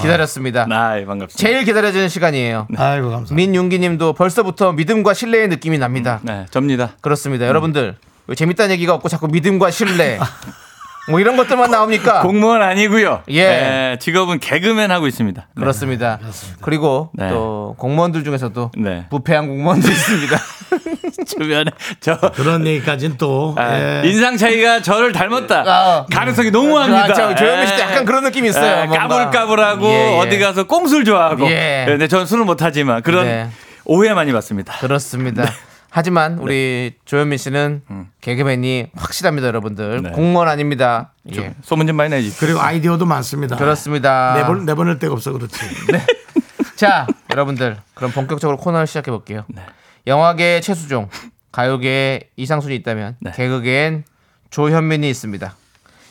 S2: 기다렸습니다.
S8: 아, 예, 반갑습니다.
S2: 제일 기다려지는 시간이에요.
S8: 네.
S1: 아이고 감사합니다.
S2: 민윤기님도 벌써부터 믿음과 신뢰의 느낌이 납니다.
S8: 네, 음. 접니다.
S2: 그렇습니다. 여러분들 왜 재밌다는 얘기가 없고 자꾸 믿음과 신뢰 뭐 이런 것들만 나옵니까?
S8: 공무원 아니고요.
S2: 예.
S8: 예. 직업은 개그맨 하고 있습니다. 네.
S2: 그렇습니다. 그리고
S8: 네.
S2: 또 공무원들 중에서도
S8: 네.
S2: 부패한 공무원도 있습니다.
S8: 주변에 저
S1: 그런 얘기까지는 또
S8: 아,
S1: 예.
S8: 인상 차이가 저를 닮았다.
S2: 아.
S8: 가능성이 너무합니다.
S2: 아, 저 조현민 씨도
S8: 예.
S2: 약간 그런 느낌이 있어요.
S8: 예,
S2: 뭔가.
S8: 까불까불하고
S2: 예, 예.
S8: 어디 가서 꽁술 좋아하고. 네,
S2: 예.
S8: 근데 전 술은 못하지만 그런
S2: 네.
S8: 오해 많이 받습니다.
S2: 그렇습니다.
S8: 네.
S2: 하지만 우리 조현민 씨는 개그맨이 확실합니다, 여러분들.
S8: 음. 네.
S2: 공무원 아닙니다. 예.
S8: 소문 좀 많이 내지.
S1: 그리고 아이디어도 많습니다.
S2: 그렇습니다.
S1: 내볼 내보낼 데가 없어 그렇지.
S2: 자, 여러분들 그럼 본격적으로 코너를 시작해 볼게요. 영화계의 최수종, 가요계의 이상순이 있다면
S8: 네.
S2: 개그계엔 조현민이 있습니다.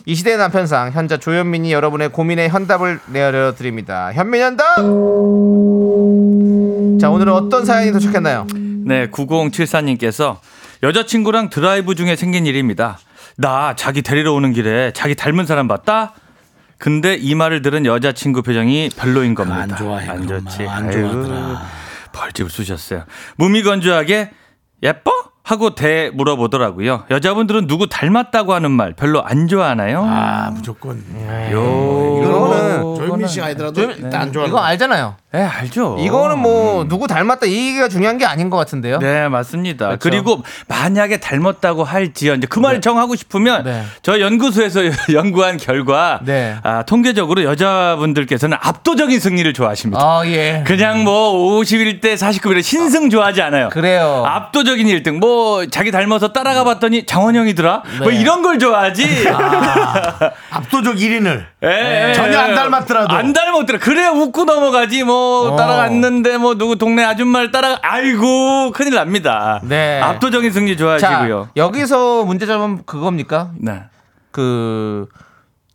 S2: 이 시대의 남편상 현자 조현민이 여러분의 고민에 현답을 내려 드립니다. 현민 현답. 자, 오늘은 어떤 사연이 도착했나요?
S8: 네, 9074님께서 여자친구랑 드라이브 중에 생긴 일입니다. 나 자기 데리러 오는 길에 자기 닮은 사람 봤다? 근데 이 말을 들은 여자친구 표정이 별로인 겁니다.
S1: 안 좋아해,
S8: 안
S1: 그런
S8: 좋지.
S1: 말안
S8: 아이고,
S1: 좋아하더라.
S8: 벌집을 쑤셨어요. 무미건조하게 예뻐? 하고 대 물어보더라고요. 여자분들은 누구 닮았다고 하는 말 별로 안 좋아하나요?
S1: 아 무조건.
S8: 요.
S1: 이거는 조현민 씨가 아니더라도 일단 안 좋아.
S2: 이거 알잖아요.
S8: 예, 알죠.
S2: 이거는 뭐 누구 닮았다 이 얘기가 중요한 게 아닌 것 같은데요.
S8: 어. 네, 맞습니다. 그
S2: 그렇죠.
S8: 리고 만약에 닮았다고 할지요. 이제 그 말을 정하고 싶으면
S2: 네.
S8: 저 연구소에서 연구한 결과
S2: 네.
S8: 아, 통계적으로 여자분들께서는 압도적인 승리를 좋아하십니다.
S2: 아 예.
S8: 그냥 뭐 51대 49이라 신승 좋아하지 않아요.
S2: 그래요.
S8: 압도적인 1등. 뭐 자기 닮아서 따라가 봤더니 장원영이더라. 뭐
S2: 네.
S8: 이런 걸 좋아하지.
S1: 네. 압도적 1인을
S8: 예, 예,
S1: 전혀 안
S8: 예.
S1: 닮았더라도.
S8: 안 닮았더라. 그래 웃고 넘어가지 뭐
S2: 어.
S8: 따라갔는데 뭐 누구 동네 아줌마를 따라 아이고 큰일 납니다.
S2: 네.
S8: 압도적인 승리
S2: 자
S8: 좋아하시고요.
S2: 여기서 문제점은 그겁니까?
S8: 네.
S2: 그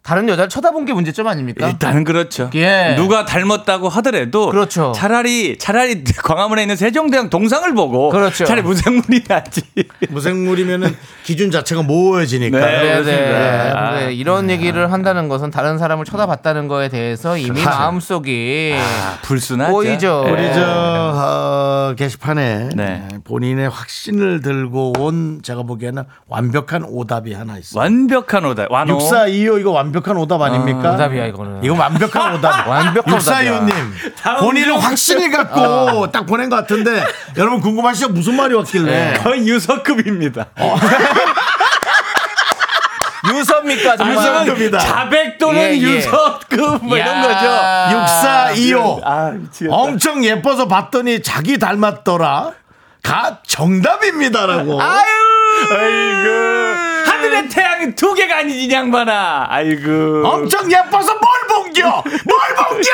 S2: 다른 여자를 쳐다본 게 문제점 아닙니까?
S8: 일단은 그렇죠.
S2: 예.
S8: 누가 닮았다고 하더라도
S2: 그렇죠.
S8: 차라리 차라리 광화문에 있는 세종대왕 동상을 보고
S2: 그렇죠.
S8: 차라리 무생물이 낫지.
S1: 무생물이면은 기준 자체가 모호해지니까.
S8: 네.
S2: 네, 네.
S8: 그렇습니다. 아,
S2: 네, 이런 얘기를 한다는 것은 다른 사람을 쳐다봤다는 거에 대해서 이미
S8: 그렇죠.
S2: 마음속이
S8: 아, 불순하죠.
S2: 꼬이죠.
S1: 우리 저 어, 게시판에
S8: 네.
S1: 본인의 확신을 들고 온 제가 보기에는 완벽한 오답이 하나 있어요.
S8: 완벽한 오다. 완호.
S1: 6425 이거 완벽한 오답 아닙니까?
S2: 오답이야, 이거는.
S1: 이건 완벽한 오답.
S2: 완벽한 오답이야.
S1: 6425님
S8: 다음
S1: 본인은
S8: 중-
S1: 확신을 갖고 딱 보낸 것 같은데 여러분 궁금하시죠? 무슨 말이 왔길래?
S8: 거의 유서급입니다.
S2: 유서입니까 정말?
S8: 유서는
S1: 유서급이다.
S8: 자백 또는
S2: 예, 예.
S8: 유서급 뭐 이런 거죠.
S2: 야.
S1: 6425
S8: 아, 미치겠다.
S1: 엄청 예뻐서 봤더니 자기 닮았더라. 가 정답입니다라고.
S8: 아이고. 하늘의 태양이 두 개가 아니지, 이 양반아. 아이고.
S2: 어?
S1: 엄청 예뻐서 뭘 본겨? 뭘 본겨?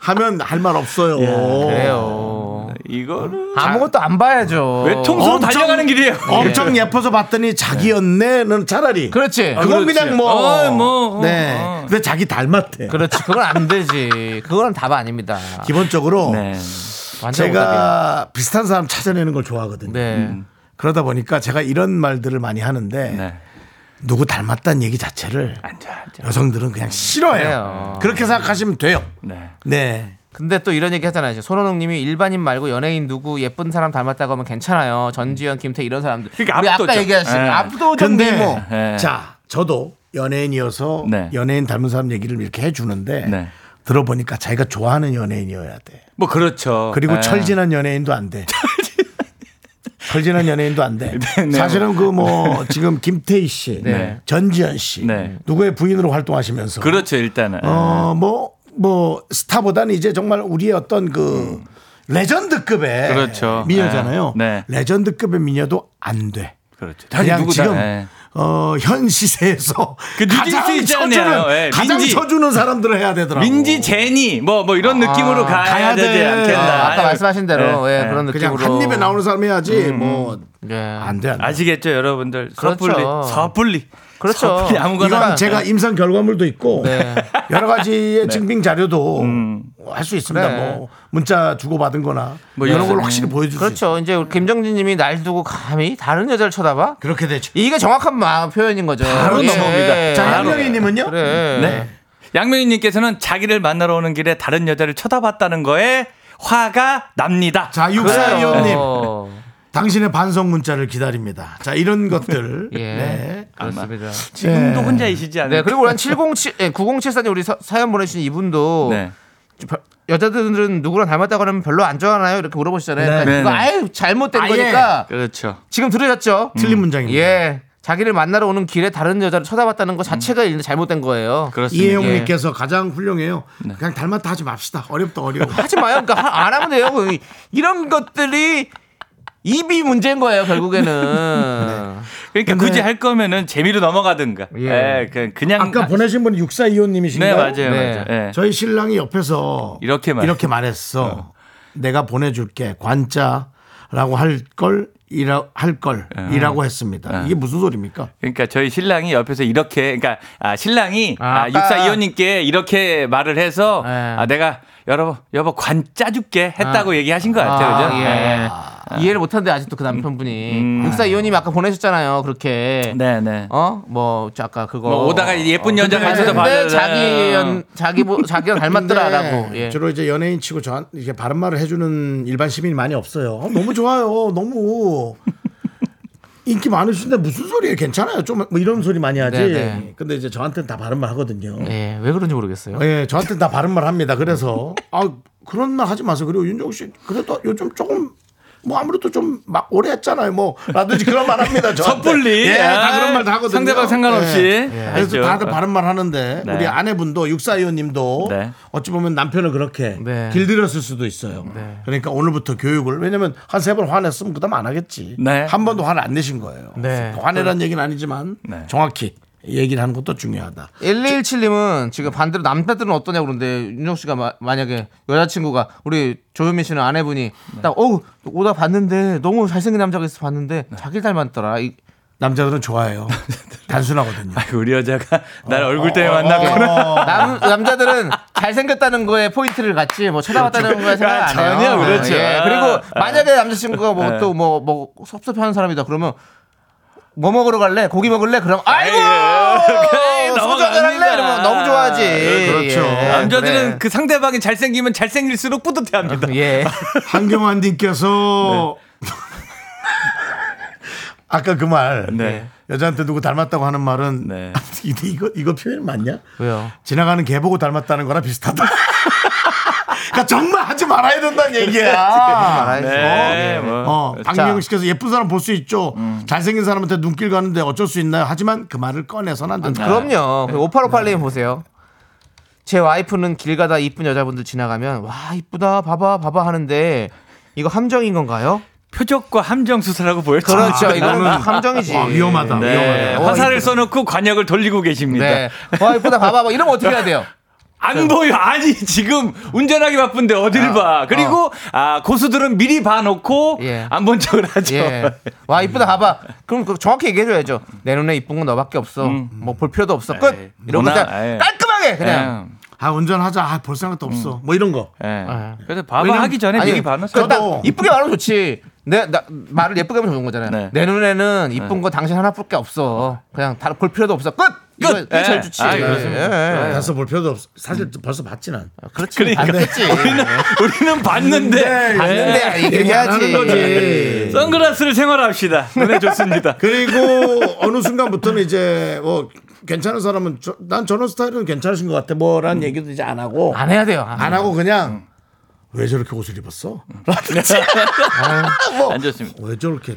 S1: 하면 할 말 없어요.
S8: 예.
S2: 그래요.
S8: 이거는.
S2: 아무것도 안 봐야죠.
S8: 외통수로
S1: 어. 엄청-
S8: 달려가는 길이에요. 어,
S1: 엄청 예뻐서 봤더니 자기였네는 차라리.
S2: 그렇지.
S8: 아,
S1: 그건 그냥 뭐.
S8: 어, 뭐, 어,
S1: 네.
S8: 어.
S1: 근데 자기 닮았대.
S2: 그렇지. 그건 안 되지. 그건 답 아닙니다.
S1: 기본적으로
S8: 네.
S2: 완전 오답이야.
S1: 제가 비슷한 사람 찾아내는 걸 좋아하거든요.
S2: 네.
S1: 그러다 보니까 제가 이런 말들을 많이 하는데
S8: 네.
S1: 누구 닮았다는 얘기 자체를
S8: 앉아, 앉아.
S1: 여성들은 그냥 싫어해요.
S2: 그래요.
S1: 그렇게 생각하시면 돼요.
S8: 네.
S1: 네.
S2: 근데 또 이런 얘기 하잖아요. 지금 손호농님이 일반인 말고 연예인 누구 예쁜 사람 닮았다고 하면 괜찮아요. 전지현, 김태 이런 사람들.
S8: 그러니까
S2: 우리
S8: 압도죠.
S2: 아까
S1: 네.
S2: 얘기했어요.
S8: 예.
S2: 압도적
S1: 근데 뭐,
S2: 미모.
S8: 예.
S1: 자 저도 연예인이어서
S8: 네.
S1: 연예인 닮은 사람 얘기를 이렇게 해주는데
S8: 네.
S1: 들어보니까 자기가 좋아하는 연예인이어야 돼.
S8: 뭐 그렇죠.
S1: 그리고
S8: 예.
S1: 철진한 연예인도 안 돼. 철진한 연예인도 안 돼.
S8: 네, 네.
S1: 사실은 그 뭐 지금 김태희 씨,
S8: 네.
S1: 전지현 씨
S8: 네.
S1: 누구의 부인으로 활동하시면서
S8: 그렇죠 일단은.
S1: 어, 뭐, 뭐, 스타보다는 이제 정말 우리의 어떤 그 레전드급의
S8: 음. 그렇죠.
S1: 미녀잖아요.
S8: 네. 네.
S1: 레전드급의 미녀도 안 돼.
S8: 그렇죠.
S1: 그냥
S8: 누구다.
S1: 지금
S8: 예.
S1: 어, 현 시세에서
S8: 그 느낄 수
S1: 가장
S8: 있잖아요.
S1: 쳐주는
S8: 예,
S1: 가장
S8: 민지.
S1: 쳐주는 사람들을 해야 되더라고.
S8: 민지 제니 뭐 뭐 이런 느낌으로 가야
S1: 어. 아, 가야
S8: 되지
S1: 돼. 어,
S8: 않겠나.
S2: 아, 까 말씀하신 대로 예, 그런
S1: 네. 그냥
S2: 느낌으로.
S1: 한 입에 나오는 사람 해야지
S8: 음,
S1: 뭐 안 돼.
S2: 예.
S1: 안 돼.
S8: 아시겠죠 여러분들.
S2: 그렇죠.
S8: 섣불리 섣불리.
S2: 그렇죠.
S8: 섣불리 아무거나.
S1: 이건 제가 임상 결과물도 있고
S2: 네. 음.
S1: 여러 가지의 증빙 자료도 할 수 있습니다.
S2: 그래.
S1: 뭐 문자 주고 받은거나
S8: 뭐
S1: 이런 걸
S8: 이런-
S1: 확실히 보여줄 수 있어요.
S2: 그렇죠. 이제 우리 김정진님이 날 두고 감히 다른 여자를 쳐다봐?
S1: 그렇게 되죠.
S2: 이게 정확한 마 표현인 거죠.
S1: 바로
S2: 예.
S1: 넘어옵니다. 자,
S2: 바로.
S1: 양명희님은요?
S2: 그래.
S1: 네.
S8: 양명희님께서는 자기를 만나러 오는 길에 다른 여자를 쳐다봤다는 거에 화가 납니다.
S1: 자,
S2: 그래요.
S1: 육사위원님
S2: 어,
S1: 당신의 반성 문자를 기다립니다. 자, 이런 것들.
S2: 예.
S1: 네.
S2: 그렇습니다.
S8: 지금도
S1: 예.
S8: 혼자이시지 않나요?
S2: 네, 그리고 난 707, 예, 9074님 우리 사, 사연 보내주신 이분도
S8: 네.
S2: 좀 별- 여자들은 누구랑 닮았다고 하면 별로 안 좋아하나요? 이렇게 물어보시잖아요.
S1: 네,
S2: 그러니까
S8: 네,
S2: 이거
S8: 네.
S2: 아예 잘못된
S1: 아예.
S2: 거니까
S8: 그렇죠.
S2: 지금 들으셨죠?
S1: 틀린 문장입니다.
S2: 예. 자기를 만나러 오는 길에 다른 여자를 쳐다봤다는 것 자체가 일단 잘못된
S8: 음.
S2: 거예요. 네.
S8: 그렇습니다.
S1: 이혜영님께서 가장 훌륭해요. 그냥 닮았다 하지 맙시다. 어렵다 어려워.
S2: 하지 마요. 그러니까 하- 안 하면 돼요. 그 이런 것들이 입이 문제인 거예요, 결국에는.
S8: 그러니까 굳이 할 거면은 재미로 넘어가든가.
S2: 예.
S8: 예. 그냥 그냥
S1: 아까 보내신 분이
S8: 네,
S1: 육사이호님이신가요?
S8: 맞아요.
S2: 네.
S8: 맞아요. 예.
S1: 저희 신랑이 옆에서
S8: 이렇게 말했어.
S1: 말했어. 내가 보내줄게 관자라고 할 걸 이라 할 걸
S2: 예.
S1: 이라고 했습니다. 이게 무슨 소리입니까?
S8: 그러니까 저희 신랑이 옆에서 이렇게 그러니까 아, 신랑이
S2: 아,
S8: 아,
S2: 아까-
S8: 육사 이호님께 이렇게 말을 해서
S1: 네.
S2: 예.
S8: 아, 내가 여러분 여보 관 짜줄게 했다고 얘기하신 것 같아요,
S2: 아,
S8: 그죠?
S2: 예.
S8: 예.
S2: 이해를 못하는데 아직도 그 남편분이
S8: 음.
S2: 육사 이호님 아까 보내셨잖아요 그렇게
S8: 네, 네.
S2: 어? 뭐, 저 아까 그거.
S8: 뭐 오다가 예쁜
S1: 어,
S8: 여자 가셔서 봤는데
S2: 봤는데 자기 연, 자기, 보- 자기랑
S7: 네.
S2: 닮았더라라고.
S1: 근데
S2: 예.
S1: 네. 주로 뭐 이제 연예인 치고 저 이렇게 바른 말을 해주는 일반 시민이 많이 없어요. 어, 너무 좋아요. 너무 인기 많으신데 무슨 소리예요? 괜찮아요. 좀 뭐 이런 소리 많이 하지.
S2: 네, 네.
S1: 근데 이제 저한테는 다 바른 말 하거든요.
S8: 네.
S2: 예, 왜 그런지 모르겠어요.
S1: 예, 저한테는 다 바른 말 합니다. 그래서 아 그런 말 하지 마세요. 그리고 윤종 씨 그래도 요즘 조금 뭐 아무래도 좀 막 오래 했잖아요. 뭐 라든지 그런 말 합니다. 저한테.
S8: 섣불리.
S1: 예, 다
S8: 아,
S1: 그런 말 다 하거든요.
S8: 상대방 상관없이.
S1: 예.
S8: 예.
S1: 그래서
S8: 알죠.
S1: 다들 바른 말 하는데
S8: 네.
S1: 우리 아내분도 육사위원님도
S8: 네.
S1: 어찌 보면 남편을 그렇게
S2: 네.
S1: 길들였을 수도 있어요.
S8: 네.
S1: 그러니까 오늘부터 교육을 왜냐면 한 세 번 화냈으면 그다음 안 하겠지.
S8: 네.
S1: 한 번도 화를 안 내신 거예요. 그
S2: 네.
S1: 화내란 얘기는 아니지만
S8: 네.
S1: 정확히 얘기를 하는 것도 중요하다.
S2: 117님은 지금 반대로 남자들은 어떠냐고 그러는데 윤정 씨가 마- 만약에 여자친구가 우리 조현민 씨는 아내분이 딱 어우 오다 봤는데 너무 잘생긴 남자가 있어 봤는데 자기를 닮았더라 이-
S1: 남자들은 좋아해요. 단순하거든요.
S8: 우리 여자가
S1: 어,
S8: 날 얼굴 때문에 만났구나.
S2: 어. 남, 남자들은 잘생겼다는 거에 포인트를 갖지 뭐 쳐다봤다는 거에 생각 안 해요.
S8: 그렇죠. 전혀 그렇죠. 네.
S2: 예, 그리고 만약에 남자친구가 뭐 또 뭐 뭐 섭섭해하는 사람이다 그러면 뭐 먹으러 갈래? 고기 먹을래? 그럼 아이고 뭐
S8: 아이고,
S2: 소주 한잔 할래?
S8: 넘어갑니다. 네,
S2: 이러면 너무 좋아하지. 예.
S1: 그렇죠.
S8: 남자들은
S2: 그래.
S8: 그 상대방이 잘생기면 잘생길수록 뿌듯해합니다.
S2: 예.
S1: 한경환 님께서 아까 그 말
S8: 네.
S1: 여자한테 누구 닮았다고 하는 말은
S8: 네.
S1: 이거 이거- 이거 표현 맞냐?
S2: 왜요?
S1: 지나가는 개 보고 닮았다는 거랑 비슷하다. 그러니까 정말 하지 말아야 된다는 얘기야.
S2: 알아야죠.
S8: 네, 뭐.
S1: 어,
S2: 자.
S1: 박미영 씨께서 예쁜 사람 볼 수 있죠. 잘생긴 사람한테 눈길 가는데 어쩔 수 있나요? 하지만 그 말을 꺼내서는 안
S2: 아,
S1: 된다.
S2: 예. 그럼요. 5858님 보세요. 제 와이프는 길 가다 이쁜 여자분들 지나가면 와 이쁘다 봐봐 봐봐 하는데 이거 함정인 건가요?
S8: 표적과 함정 수사라고 보였죠.
S2: 그렇죠. 이거는 함정이지.
S1: 와, 아, 위험하다.
S8: 네.
S1: 위험하다.
S2: 어,
S8: 화살을
S2: 이쁘다.
S8: 써놓고 관역을 돌리고 계십니다.
S2: 네. 와 이쁘다 봐봐 뭐 이러면 어떻게 해야 돼요?
S8: 안 보여. 아니, 지금 운전하기 바쁜데 어딜 봐. 그리고 아, 고수들은 미리 봐놓고
S2: 예.
S8: 안 본 척을 하죠.
S1: 그렇죠.
S2: 예. 와 이쁘다 봐봐. 그럼 그 정확히 얘기해줘야죠. 내 눈에 이쁜 건 너밖에 없어.
S8: 음.
S2: 뭐 볼 필요도 없어.
S8: 에이,
S2: 끝. 이러고
S8: 뭐나, 네.
S2: 그냥
S8: 에이.
S2: 깔끔하게 그냥.
S1: 아 운전하자. 아, 볼 생각도 없어. 뭐 이런 거.
S8: 예. 그래서 봐봐
S1: 왜냐면-
S8: 하기 전에 미리 봐놨어요.
S1: 저도-
S2: 그딱 이쁘게 말하면 좋지. 내 나, 말을 예쁘게 하면 좋은 거잖아요.
S8: 네.
S2: 내 눈에는 이쁜 거 당신 하나밖에 없어. 그냥 다 볼 필요도 없어. 끝. 이거 이게
S8: 예.
S2: 제일 좋지.
S8: 아, 그렇습니다.
S2: 예, 예.
S1: 가서 볼 필요도 없어. 사실 벌써 봤지 난.
S2: 그렇지.
S8: 그러니까.
S2: 안 됐지.
S8: 우리는 네. 봤는데
S2: 봤는데 아,
S1: 얘기 안 하는
S2: 얘기하지.
S1: 거지.
S8: 네. 선글라스를 생활합시다. 눈에 좋습니다.
S1: 그리고 어느 순간부터는 이제 뭐 괜찮은 사람은 저, 난 저런 스타일은 괜찮으신 것 같아 뭐라는 얘기도 이제 안 하고
S2: 안 해야 돼요.
S1: 안 하고 그냥 왜 저렇게 옷을 입었어?
S8: 안 좋습니다.
S1: 왜 저렇게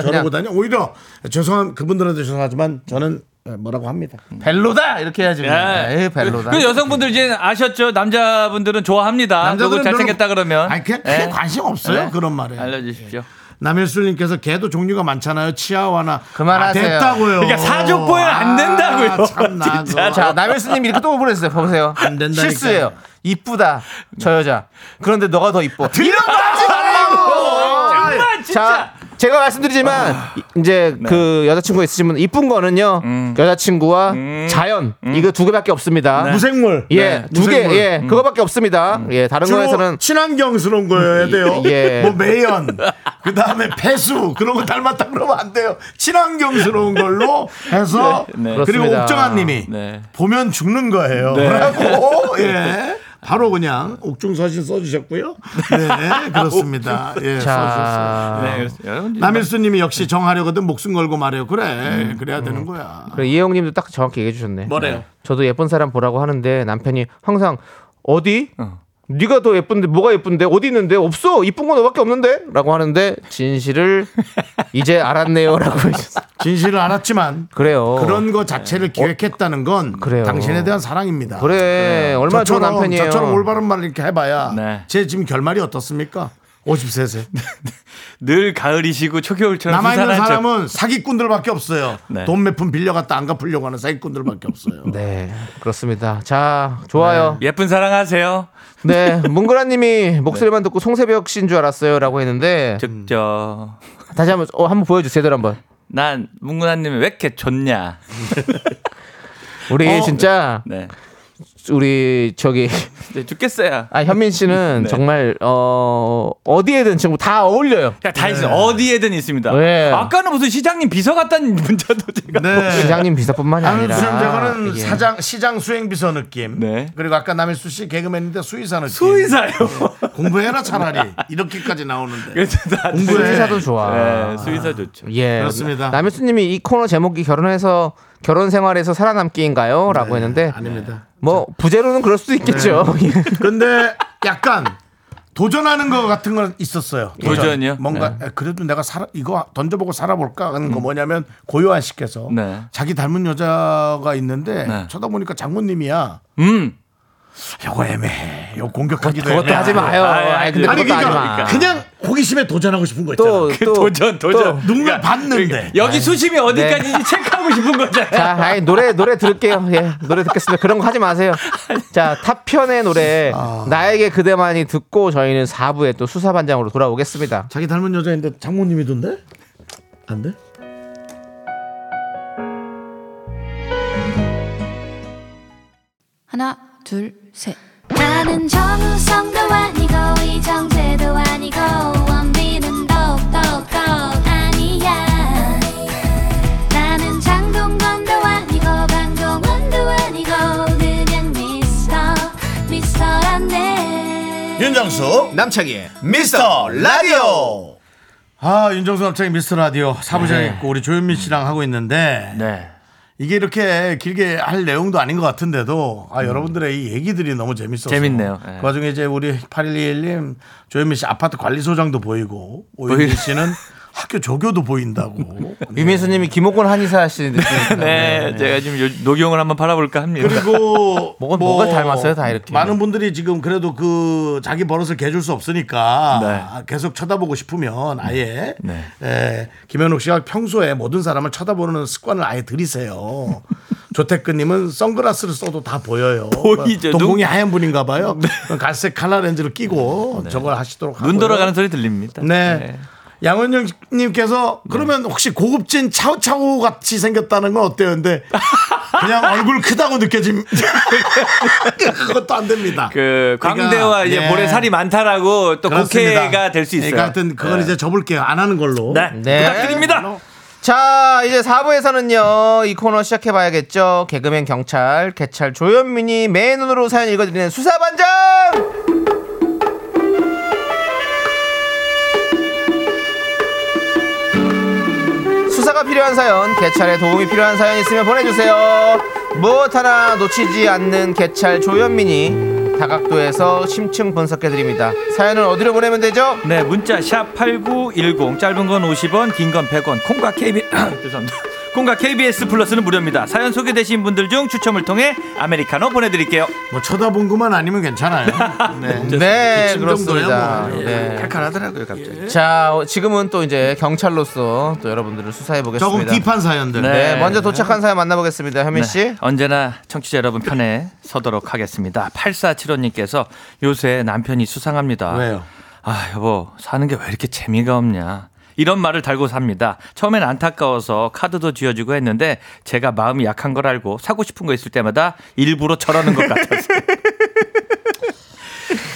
S1: 저러,
S2: 그냥.
S1: 저러고 다녀? 오히려 죄송한 그분들한테 죄송하지만 저는 뭐라고 합니다.
S2: 벨로다 이렇게 해야지. 뭐.
S1: 예.
S2: 에이, 벨로다.
S8: 네. 그 여성분들 이제 아셨죠? 남자분들은 좋아합니다. 누구
S1: 남자들은
S8: 잘생겼다
S1: 별로-
S8: 그러면
S1: 아니 그냥 크게
S8: 예.
S1: 관심 없어요
S8: 예.
S1: 그런 말에.
S8: 알려주십시오.
S1: 남일술님께서 걔도 종류가 많잖아요. 치아와나
S2: 그만하세요.
S1: 아, 됐다고요.
S8: 그러니까 사족보행
S1: 아.
S8: 안 된다고요.
S1: 참나.
S8: 진짜.
S1: 그거.
S2: 자, 남일수님 이렇게 또 보냈어요. 보세요.
S1: 안 된다니까.
S2: 실수예요. 이쁘다. 저 여자. 그런데 너가 더
S1: 아,
S2: 이뻐. 이런 거 하지 말라고!
S8: 정말 진짜.
S2: 자, 제가 말씀드리지만
S1: 아.
S2: 이- 이제
S1: 네.
S2: 그 여자친구 있으신 분 이쁜 거는요.
S1: 음.
S2: 여자친구와 자연 이거 두 개밖에 없습니다.
S1: 무생물.
S2: 예,
S1: 음. 네,
S2: 두 개.
S1: 무생물.
S2: 예, 그거밖에 없습니다. 예, 다른
S1: 주로 네,
S2: 거에서는
S1: 친환경스러운 거여야 돼요.
S2: 예.
S1: 뭐 매연, 그 다음에 폐수 그런 거 닮았다 그러면 안 돼요. 친환경스러운 걸로 해서
S8: 네,
S1: 그리고
S2: 네. 그렇습니다.
S1: 옥정아님이
S8: 네.
S1: 보면 죽는 거예요. 라고 예. 바로 그냥 옥중서신 써주셨고요. 네, 그렇습니다. 예, 써주셨어요.
S2: 자,
S8: 네, 그렇습니다. 여러분
S1: 남일수님이 역시 정하려거든 목숨 걸고 말해요. 그래, 그래야 되는 거야.
S2: 그래, 이혜영님도 딱 정확히 얘기해 주셨네.
S8: 뭐래요?
S2: 저도 예쁜 사람 보라고 하는데 남편이 항상 어디? 네가 더 예쁜데 뭐가 예쁜데 어디 있는데 없어 이쁜 건 너밖에 없는데라고 하는데 진실을 이제 알았네요라고 하셨어요.
S1: 진실을 알았지만
S2: 그래요.
S1: 그런 거 자체를 기획했다는 건
S2: 어, 그래요.
S1: 당신에 대한 사랑입니다.
S2: 그래 얼마나 좋은
S1: 저처럼,
S2: 남편이에요.
S1: 저처럼 올바른 말을 이렇게 해봐야
S8: 네.
S1: 제 지금 결말이 어떻습니까? 53세.
S8: 늘 가을이시고 초겨울처럼
S1: 남아있는
S8: 수산한 척.
S1: 그 사람은 사기꾼들밖에 없어요.
S8: 네.
S1: 돈 몇 푼 빌려갔다 안 갚으려고 하는 사기꾼들밖에 없어요.
S2: 네 그렇습니다. 자 좋아요.
S1: 네.
S8: 예쁜 사랑하세요.
S2: 네 문그라님이 목소리만 듣고 송세벽 씨인 줄 알았어요라고 했는데
S1: 음.
S8: 즉저
S2: 다시 한번 어, 한번 보여주세요 제대로 한번.
S8: 난 문근아님이 왜 이렇게 좋냐.
S2: 우리
S1: 어.
S2: 진짜
S8: 네.
S2: 우리 저기
S8: 네, 죽겠어요.
S2: 아 현민 씨는
S8: 네.
S2: 정말 어 어디에든 지금 다 어울려요.
S8: 그냥 그러니까
S1: 네.
S8: 다 있어요. 어디에든 있습니다.
S2: 네.
S8: 아까는 무슨 시장님 비서 같다는 문자도 제가.
S1: 네.
S2: 시장님 비서뿐만이
S1: 나는
S2: 아니라
S1: 수영장은
S2: 이게
S1: 사장, 시장 수행비서 느낌.
S8: 네.
S1: 그리고 아까 남일수 씨 개그맨인데 수의사 느낌.
S8: 수의사요.
S1: 공부해라 차라리. 이렇게까지 나오는데.
S8: 네. 그래서 나-
S1: 음.
S2: 수의사도 좋아.
S8: 네, 수의사 좋죠.
S2: 예.
S1: 그렇습니다.
S2: 남효수님이 이 코너 제목이 결혼해서 결혼 생활에서 살아남기인가요?라고 했는데
S1: 네, 아닙니다. 네.
S2: 뭐 부재로는 그럴 수도 있겠죠. 예.
S1: 근데 약간 도전하는 거 같은 건 있었어요.
S8: 도전이요?
S1: 뭔가
S2: 네.
S1: 에, 그래도 내가 살아 이거 던져보고 살아볼까 하는 거
S2: 음.
S1: 뭐냐면 고요한 씨께서
S8: 네.
S1: 자기 닮은 여자가 있는데
S8: 네.
S1: 쳐다보니까 장모님이야.
S8: 음.
S1: 요거 애매해. 요 공격하기도
S2: 그것도
S1: 애매해.
S2: 하지 마요.
S8: 아니,
S2: 아니,
S8: 아니,
S2: 근데
S1: 네. 아니
S2: 그것도
S1: 그러니까
S2: 하지 마.
S1: 그냥 호기심에 도전하고 싶은 거 있잖아.
S2: 또 그러니까 또
S8: 도전, 도전.
S1: 누군가 봤는데.
S8: 여기
S1: 네.
S8: 수심이 어디까지인지 체크하고 싶은 거잖아요.
S2: 자, 아이 노래 노래 들을게요. 예, 노래 듣겠습니다. 그런 거 하지 마세요. 자, 타편의 노래 나에게 그대만이 듣고 저희는 4부에 또 수사반장으로 돌아오겠습니다.
S1: 자기 닮은 여자인데 장모님이던데? 안 돼?
S9: 하나, 둘, 셋.
S5: 나는 정우성도 아니고 이정재도 아니고 원빈은 더욱더 아니야 나는 장동건도 아니고 강동원도 아니고 그냥 미스터 미스터란데
S1: 윤정수 남창희 미스터 라디오. 아 윤정수 남창희 미스터 라디오 사부장 있고 우리 조현민 씨랑 하고 있는데
S8: 네.
S1: 이게 이렇게 길게 할 내용도 아닌 것 같은데도 아 여러분들의 이 얘기들이 너무 재밌어서
S8: 재밌네요. 예.
S1: 그 와중에 이제 우리 8121님 조현민 씨 아파트 관리소장도 보이고 오윤희 씨는 학교 조교도 보인다고
S2: 유민수님이 김옥곤 한의사 씨 느낌.
S8: 네, 제가 지금 요- 녹용을 한번 팔아볼까 합니다.
S1: 그리고
S2: 뭐가- 뭐가 닮았어요, 다 이렇게.
S1: 많은 분들이 지금 그래도 그 자기 버릇을 개줄 수 없으니까 아,
S8: 네.
S1: 계속 쳐다보고 싶으면 아예
S8: 네.
S1: 예, 김현욱 씨가 평소에 모든 사람을 쳐다보는 습관을 아예 들이세요. 조태근님은 선글라스를 써도 다 보여요.
S8: 보이죠. 네.
S1: 동공이 하얀 분인가 봐요. 그럼 갈색 칼라 렌즈를 끼고 저걸 하시도록 하고요.
S8: 눈 돌아가는 소리 들립니다.
S1: 네. 양원영님께서
S8: 네.
S1: 그러면 혹시 고급진 차우차우 같이 생겼다는 건 어때요? 근데 그냥 얼굴 크다고 느껴짐. 그것도 안 됩니다.
S8: 그
S1: 그러니까,
S8: 광대와 이제
S1: 네.
S8: 볼에 살이 많다라고 또
S1: 그렇습니다.
S8: 국회가 될 수 있어요.
S1: 그러니까 하여튼 그건
S8: 네.
S1: 이제 접을게요. 안 하는 걸로.
S8: 네.
S2: 네.
S8: 부탁드립니다.
S2: 자, 이제 4부에서는요, 이 코너 시작해봐야겠죠. 개그맨 경찰, 개찰 조현민이 맨 눈으로 사연 읽어드리는 수사반장! 수사가 필요한 사연, 개찰에 도움이 필요한 사연 있으면 보내주세요. 무엇 하나 놓치지 않는 개찰 조현민이 다각도에서 심층 분석해드립니다. 사연을 어디로 보내면 되죠?
S8: 네, 문자 샵 8910 짧은 건 50원, 긴 건 100원. 콩과 KB 죄송합니다. 콩과 KBS 플러스는 무료입니다. 사연 소개되신 분들 중 추첨을 통해 아메리카노 보내 드릴게요.
S1: 뭐 쳐다본 것만 아니면 괜찮아요. 네.
S2: 네,
S1: 기침 정도야,
S2: 그렇습니다.
S1: 뭐.
S2: 네.
S8: 칼칼하더라고요,
S1: 예.
S8: 갑자기.
S2: 자, 어, 지금은 또 이제 경찰로서 또 여러분들을 수사해
S1: 조금
S2: 보겠습니다.
S1: 딥한 사연들.
S8: 네.
S2: 네, 먼저 도착한 사연 만나보겠습니다. 현민 씨.
S8: 언제나 청취자 여러분 편에 서도록 하겠습니다. 8475님께서 요새 남편이 수상합니다.
S1: 왜요?
S8: 아, 여보, 사는 게 왜 이렇게 재미가 없냐. 이런 말을 달고 삽니다. 처음엔 안타까워서 카드도 쥐어주고 했는데 제가 마음이 약한 걸 알고 사고 싶은 거 있을 때마다 일부러 저러는 것 같아서.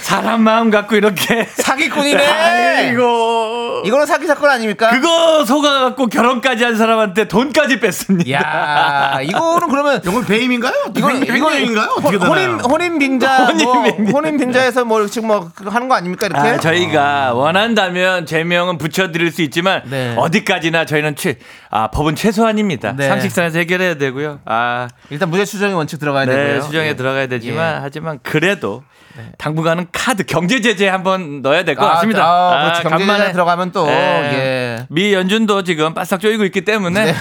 S8: 사람 마음 갖고 이렇게
S2: 사기꾼이네.
S1: 이거
S2: 이거는 사기 사건 아닙니까?
S8: 그거 속아 갖고 결혼까지 한 사람한테 돈까지 뺐습니다.
S2: 야, 이거는 그러면
S1: 이건 배임인가요? 이건 횡령인가요? 어떻게 되나요?
S2: 혼인 혼인 빙자 뭐
S8: 혼인빙자.
S2: 혼인 빙자에서 뭐 지금 뭐 하는 거 아닙니까 이렇게?
S8: 아, 저희가 원한다면 제명은 붙여드릴 수 있지만
S2: 네.
S8: 어디까지나 저희는 최, 아, 법은 최소한입니다.
S2: 네.
S8: 상식선에서 해결해야 되고요. 아,
S2: 일단 무죄 추정의 원칙 들어가야
S8: 네,
S2: 되고요.
S8: 수정에
S2: 예. 네.
S8: 들어가야 되지만 하지만 그래도 당분간은 카드 경제 제재 한번 넣어야 될 것
S2: 아,
S8: 같습니다. 네.
S2: 아, 그렇지. 경제 제재 들어가면 또, 예.
S8: 미 연준도 지금 바싹 쪼이고 있기 때문에 네,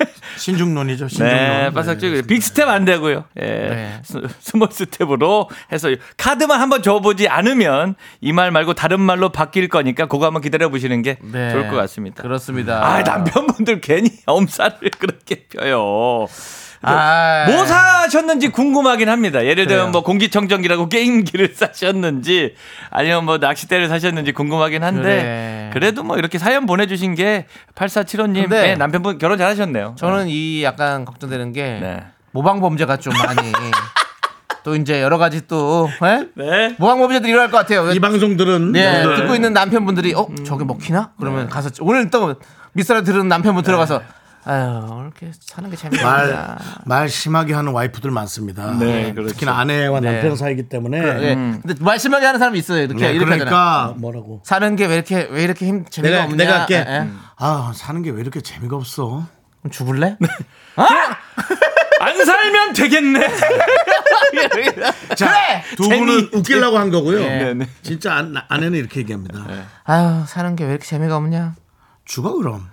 S1: 신중론이죠. 신중론.
S8: 바싹 쪼이고 네, 빅 스텝 안 되고요. 예,
S2: 네.
S8: 스- 스몰 스텝으로 해서 카드만 한번 줘보지 않으면 이 말 말고 다른 말로 바뀔 거니까 그거 한번 기다려 보시는 게
S2: 네.
S8: 좋을 것 같습니다.
S2: 그렇습니다.
S8: 아 남편분들 괜히 엄살을 그렇게 펴요.
S2: 아.
S8: 뭐 사셨는지 궁금하긴 합니다. 예를 들면
S2: 그래요.
S8: 뭐 공기청정기라고 게임기를 사셨는지 아니면 뭐 낚싯대를 사셨는지 궁금하긴 한데
S2: 그래.
S8: 그래도뭐 이렇게 사연 보내주신 게 8475님
S2: 근데
S8: 의 남편분 결혼 잘하셨네요.
S2: 저는 이 약간 걱정되는 게
S8: 네.
S2: 모방 범죄가 좀 많이 또 이제 여러 가지 또 예?
S8: 네.
S2: 모방 범죄들이 일어날 것 같아요.
S1: 이 방송들은
S2: 네, 듣고 있는 남편분들이 어
S1: 음.
S2: 저게 먹히나? 그러면
S1: 네.
S2: 가서 오늘 또 미스터를 들은 남편분 들어가서 아유 이렇게 사는 게 재미없다.
S1: 말, 말 심하게 하는 와이프들 많습니다.
S8: 네, 그렇죠.
S1: 특히나 아내와 남편 사이기 때문에.
S2: 예, 근데 말 심하게 하는 사람이 있어요. 이렇게
S1: 음. 네,
S2: 이렇게 하잖아.
S1: 그러니까 뭐라고.
S2: 사는 게 왜 이렇게 왜 이렇게 힘 재미가
S1: 내가
S2: 없냐?
S1: 내가 할게.
S2: 예, 예.
S1: 아 사는 게 왜 이렇게 재미가 없어?
S2: 그럼 죽을래?
S1: 네.
S8: 안 살면 되겠네.
S1: 자,
S2: 그래!
S1: 두 분은 웃기려고 한 거고요.
S8: 네.
S1: 진짜 안, 아내는 이렇게 얘기합니다.
S2: 아유 사는 게 왜 이렇게 재미가 없냐?
S1: 죽어 그럼.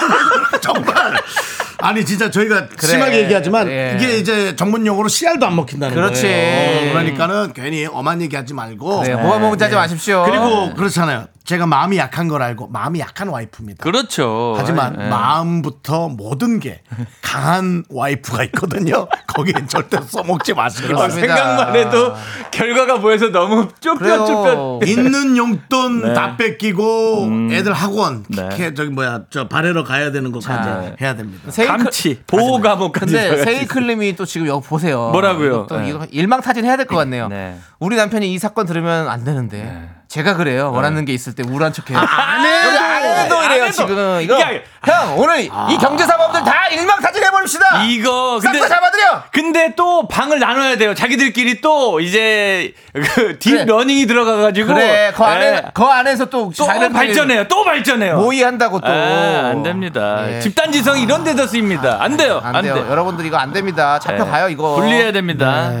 S1: 정말. 아니 진짜 저희가 심하게 얘기하지만
S2: 예.
S1: 이게 이제 전문 용어로 씨알도 안 먹힌다는
S2: 그렇지.
S1: 거예요. 네. 어, 그러니까는 괜히 엄한 얘기하지 말고
S2: 네, 모방 범죄 하지 마십시오.
S8: 어.
S1: 그리고 그렇잖아요. 제가 마음이 약한 걸 알고 마음이 약한 와이프입니다.
S8: 그렇죠.
S1: 하지만
S8: 네.
S1: 마음부터 모든 게 강한 와이프가 있거든요. 거기엔 절대 써먹지 마시기
S8: 아,
S1: 바랍니다.
S8: 생각만 해도 결과가 보여서 너무
S2: 그래요.
S8: 쭈뼛쭈뼛.
S1: 있는 용돈 다 뺏기고 애들 학원
S8: 네.
S1: 키- 저기 뭐야 저 바래러 가야 되는 것까지
S8: 자.
S1: 해야 됩니다.
S2: 세이클-
S8: 감치 그, 보호 감옥까지.
S2: 근데
S8: 들어가야
S2: 세이클님이 또 지금 여기 보세요.
S8: 네, 뭐라고요?
S2: 또
S8: 네.
S2: 이거 일망타진 해야 될 것 같네요.
S8: 네.
S2: 우리 남편이 이 사건 들으면 안 되는데 제가 그래요. 원하는 게 있을 때 우울한 척해요.
S8: 네. 아, 안 해도!
S2: 여기 안 해도 이래요
S8: 안 해도!
S2: 지금 이거
S8: 이게 아니-
S2: 형 오늘 이 경제 사범들 다 일망타진 해버립시다.
S8: 이거
S2: 싹 다 잡아들여.
S8: 근데 또 방을 나눠야 돼요. 자기들끼리 또 이제 그
S2: 그래.
S8: 딥러닝이 들어가가지고
S2: 그래 그 안에
S8: 예.
S2: 그 안에서 또
S8: 또 어,
S2: 자기들끼리
S8: 발전해요. 또 발전해요.
S2: 모의한다고 또
S8: 아, 안 됩니다.
S2: 예. 아,
S8: 집단 지성이 이런 데서 쓰입니다. 안 돼요. 네.
S2: 안 돼요. 여러분들 이거 안 됩니다. 잡혀가요 이거. 네.
S8: 분리해야 됩니다.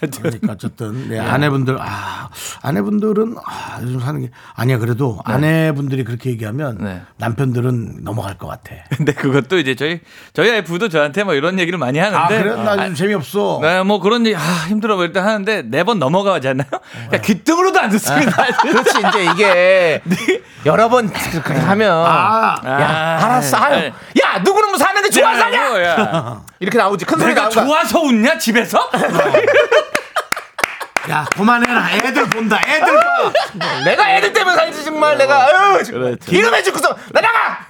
S1: 그러니까 어쨌든
S8: 예.
S1: 네, 아내분들 아 아내분들은 아, 요즘 사는 게 아니야 그래도 아내분들이 그렇게 얘기하면
S8: 네.
S1: 남편들은 넘어갈 것 같아.
S8: 근데 그것도 이제 저희 저희 와이프도 저한테 뭐 이런 얘기를 많이 하는데
S1: 아 그래 나 요즘 재미없어.
S8: 네, 뭐 그런 얘기, 아, 힘들어, 뭐 일단 하는데, 네 번 넘어가잖아요?
S2: 네.
S8: 그냥 귀등으로도 안
S2: 아.
S8: 듣습니다.
S2: 그렇지 이제 이게
S8: 네.
S2: 여러 번 그렇게 하면
S1: 아,
S2: 야, 알았어. 아유.
S8: 네.
S2: 야, 누구는 뭐 사는 게 좋아서 그러니까 사냐?
S8: 야.
S2: 이렇게 나오지. 큰 소리
S8: 내가
S2: 나오고.
S8: 예. 그러니까 좋아서 웃냐, 집에서?
S1: 야 그만해라 애들 본다 애들 봐.
S2: 내가 애들 때문에 살지 정말
S8: 어.
S2: 내가 아유.
S8: 그렇죠.
S2: 이놈의 죽고서 나 나가.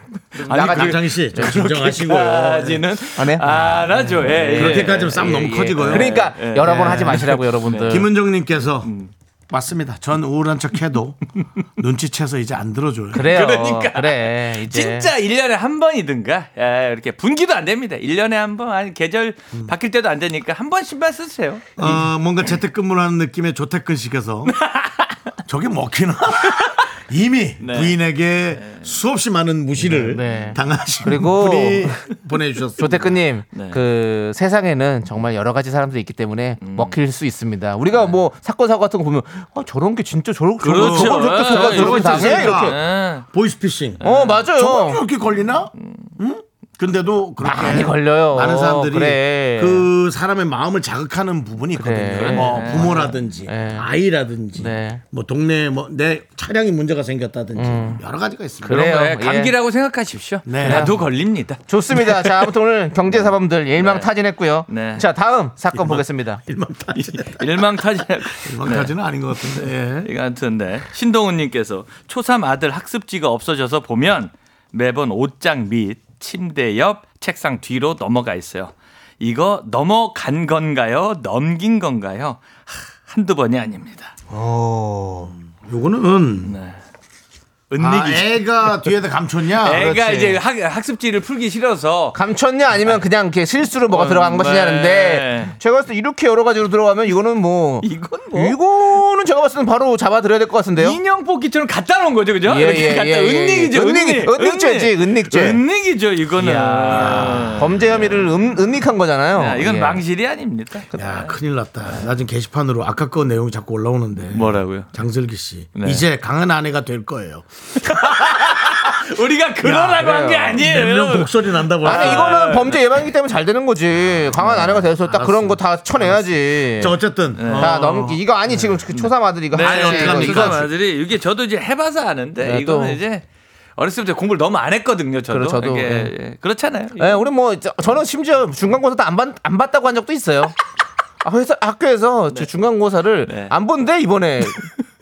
S2: 나가지.
S1: 남창희 씨, 좀
S2: 아,
S1: 진정하시고요.
S8: 까지는
S2: 안 해요?
S8: 안 하죠.
S2: 네,
S8: 예, 예.
S1: 그렇게까지 면 싸움 너무 커지고요.
S2: 아, 그러니까
S8: 예,
S2: 여러 번
S8: 예.
S2: 하지 마시라고 여러분들.
S1: 김은정님께서 맞습니다. 전 우울한 척 해도 눈치채서 이제 안 들어줘요.
S2: 그래요.
S8: 그러니까.
S2: 래 이제
S8: 진짜 1년에 한 번이든가 예, 이렇게 분기도 안 됩니다. 1년에 한 번, 아니 계절
S2: 음.
S8: 바뀔 때도 안 되니까 한 번 신발 쓰세요.
S1: 어, 뭔가 재택근무를 하는 느낌에 조퇴근 시켜서 저게 먹히나? 이미
S8: 네.
S1: 부인에게 수없이 많은 무시를
S2: 네, 네.
S1: 당하신
S2: 그리고
S1: 분이 보내주셨습니다.
S2: 조태근님
S8: 네.
S2: 그 세상에는 정말 여러 가지 사람들이 있기 때문에
S8: 음.
S2: 먹힐 수 있습니다. 우리가 뭐 사건 사고 같은 거 보면 아 저런 게 진짜 저런 저런-
S8: 네. 그렇죠. 예.
S2: 저런 저렇게 저런
S8: 네,
S1: 이거
S2: 저렇게
S1: 진짜
S2: 당해 이렇게
S1: 생각. 보이스피싱.
S2: 어 맞아요.
S1: 저거 이렇게 걸리나? 응? 근데도 그렇게
S2: 많이 걸려요.
S1: 많은 사람들이
S2: 그래.
S1: 그 사람의 마음을 자극하는 부분이 있거든요.
S2: 그래.
S1: 뭐 부모라든지
S2: 네.
S1: 아이라든지
S2: 네.
S1: 뭐 동네에 뭐 내 차량이 문제가 생겼다든지 여러 가지가 있습니다.
S2: 음. 그래요.
S8: 네,
S2: 예.
S8: 감기라고 생각하십시오.
S1: 네.
S8: 나도 걸립니다.
S2: 좋습니다. 자 아무튼 오늘 경제 사범들 일망타진했고요.
S8: 네.
S2: 자 다음 사건 보겠습니다.
S1: 일망타지.
S2: 네.
S8: 일망타지.
S1: 일망타지는 아닌 것 같은데. 예.
S8: 이거 아무튼 네. 신동훈님께서 초삼 아들 학습지가 없어져서 보면 매번 옷장 밑 침대 옆 책상 뒤로 넘어가 있어요. 이거 넘어간 건가요? 넘긴 건가요? 하, 한두 번이 아닙니다.
S1: 어, 요거는 아,
S8: 은닉이
S1: 애가 뒤에다 감췄냐?
S8: 애가
S2: 아, 그렇지.
S8: 이제 학, 학습지를 풀기 싫어서
S2: 감췄냐 아니면 그냥 이렇게 실수로 뭐가
S8: 음,
S2: 들어간 것이냐는데
S8: 네.
S2: 제가 봤을 때 이렇게 여러 가지로 들어가면 이거는 뭐
S8: 이건 뭐
S2: 이거는 제가 봤을 때 바로 잡아들어야 될 것 같은데요.
S8: 인형 뽑기처럼 갖다 놓은 거죠, 그죠?
S2: 예,
S8: 이렇게
S2: 예,
S8: 갖다
S2: 예, 예.
S8: 은닉이죠,
S2: 은닉, 은닉죄지, 은닉죄.
S8: 은닉이죠, 이거는.
S2: 범죄 혐의를 음, 은닉한 거잖아요.
S8: 야, 이건
S2: 예.
S8: 망실이 아닙니다.
S1: 야, 큰일 났다. 나 지금 게시판으로 아까 거 내용이 자꾸 올라오는데.
S8: 뭐라고요?
S1: 장슬기 씨.
S8: 네.
S1: 이제 강한 아내가 될 거예요.
S8: 우리가 그러라고 한 게
S1: 이런
S8: 아니에요.
S1: 목소리 난다 보니까.
S2: 아니 이거는 범죄 예방이기 때문에 잘 되는 거지. 강한 아내가 돼서 딱 그런 거 다 쳐내야지.
S1: 자, 어쨌든. 어,
S2: 다 넘기 이거 아니 지금 그 초삼 아들 이거
S8: 네,
S2: 하지, 이거
S1: 어떡합니까?
S2: 진짜.
S8: 수사 아들이 이게 저도 이제 해봐서 아는데
S2: 네,
S8: 이거는
S2: 또.
S8: 이제 어렸을 때 공부를 너무 안 했거든요. 저도.
S2: 그래, 저도,
S8: 이게,
S2: 예.
S8: 예, 그렇잖아요.
S2: 예, 우리 뭐 저- 저는 심지어 중간고사도 안, 봤, 안 봤다고 한 적도 있어요. 아, 회사 학교에서 저 중간고사를
S8: 네.
S2: 안 본데 이번에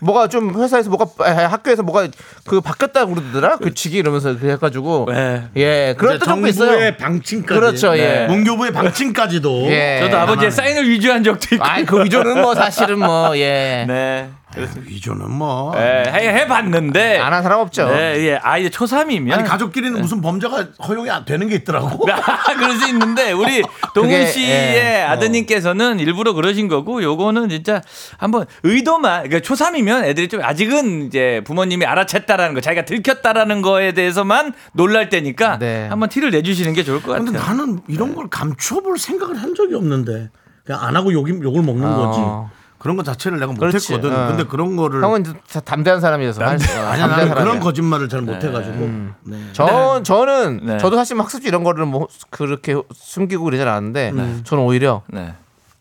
S2: 뭐가 좀 회사에서 뭐가 아, 학교에서 뭐가 그 바뀌었다 고 그러더라 규칙이 이러면서 그래가지고
S8: 네.
S2: 예 그런
S1: 이제
S2: 또 정도 있어요.
S1: 정부의 방침까지.
S2: 그렇죠 예.
S1: 문교부의 방침까지도.
S2: 예.
S8: 저도 아버지의 사인을 위조한 적도 있고.
S2: 아이 그 위조는 뭐 사실은 뭐예안한
S8: 네.
S1: 위조는 뭐.
S8: 예, 해, 해봤는데.
S2: 사람 없죠.
S8: 네, 예. 아, 이제 초삼이면.
S1: 아니 가족끼리는 무슨 범죄가 허용이 안 되는 게 있더라고.
S8: 아, 그럴 수 있는데 우리
S2: 어, 그게,
S8: 동훈 씨의
S2: 예.
S8: 아드님께서는 일부러 그러신 거고 요거는 진짜 한번 의도만 그러니까 초삼이면 애들이 좀 아직은 이제 부모님이 알아챘다라는 거 자기가 들켰다라는 거에 대해서만 놀랄 때니까
S2: 네.
S8: 한번 티를 내주시는 게 좋을 것 같아요.
S1: 근데 나는 이런 걸 감춰볼 생각을 한 적이 없는데 그냥 안 하고 욕이, 욕을 먹는
S2: 어.
S1: 거지. 그런 것 자체를 내가
S2: 그렇지.
S1: 못했거든.
S2: 어.
S1: 근데 그런 거를
S2: 형은 이제 다 담대한 사람이어서 할 수-
S1: 아니야
S2: 담대한
S1: 나는
S2: 사람이야.
S1: 그런 거짓말을 잘 못해가지고 네.
S2: 저 저는
S8: 네.
S2: 저도 사실 막 학습지 이런 거를 뭐 그렇게 숨기고 그러진 않았는데 저는 오히려
S8: 네.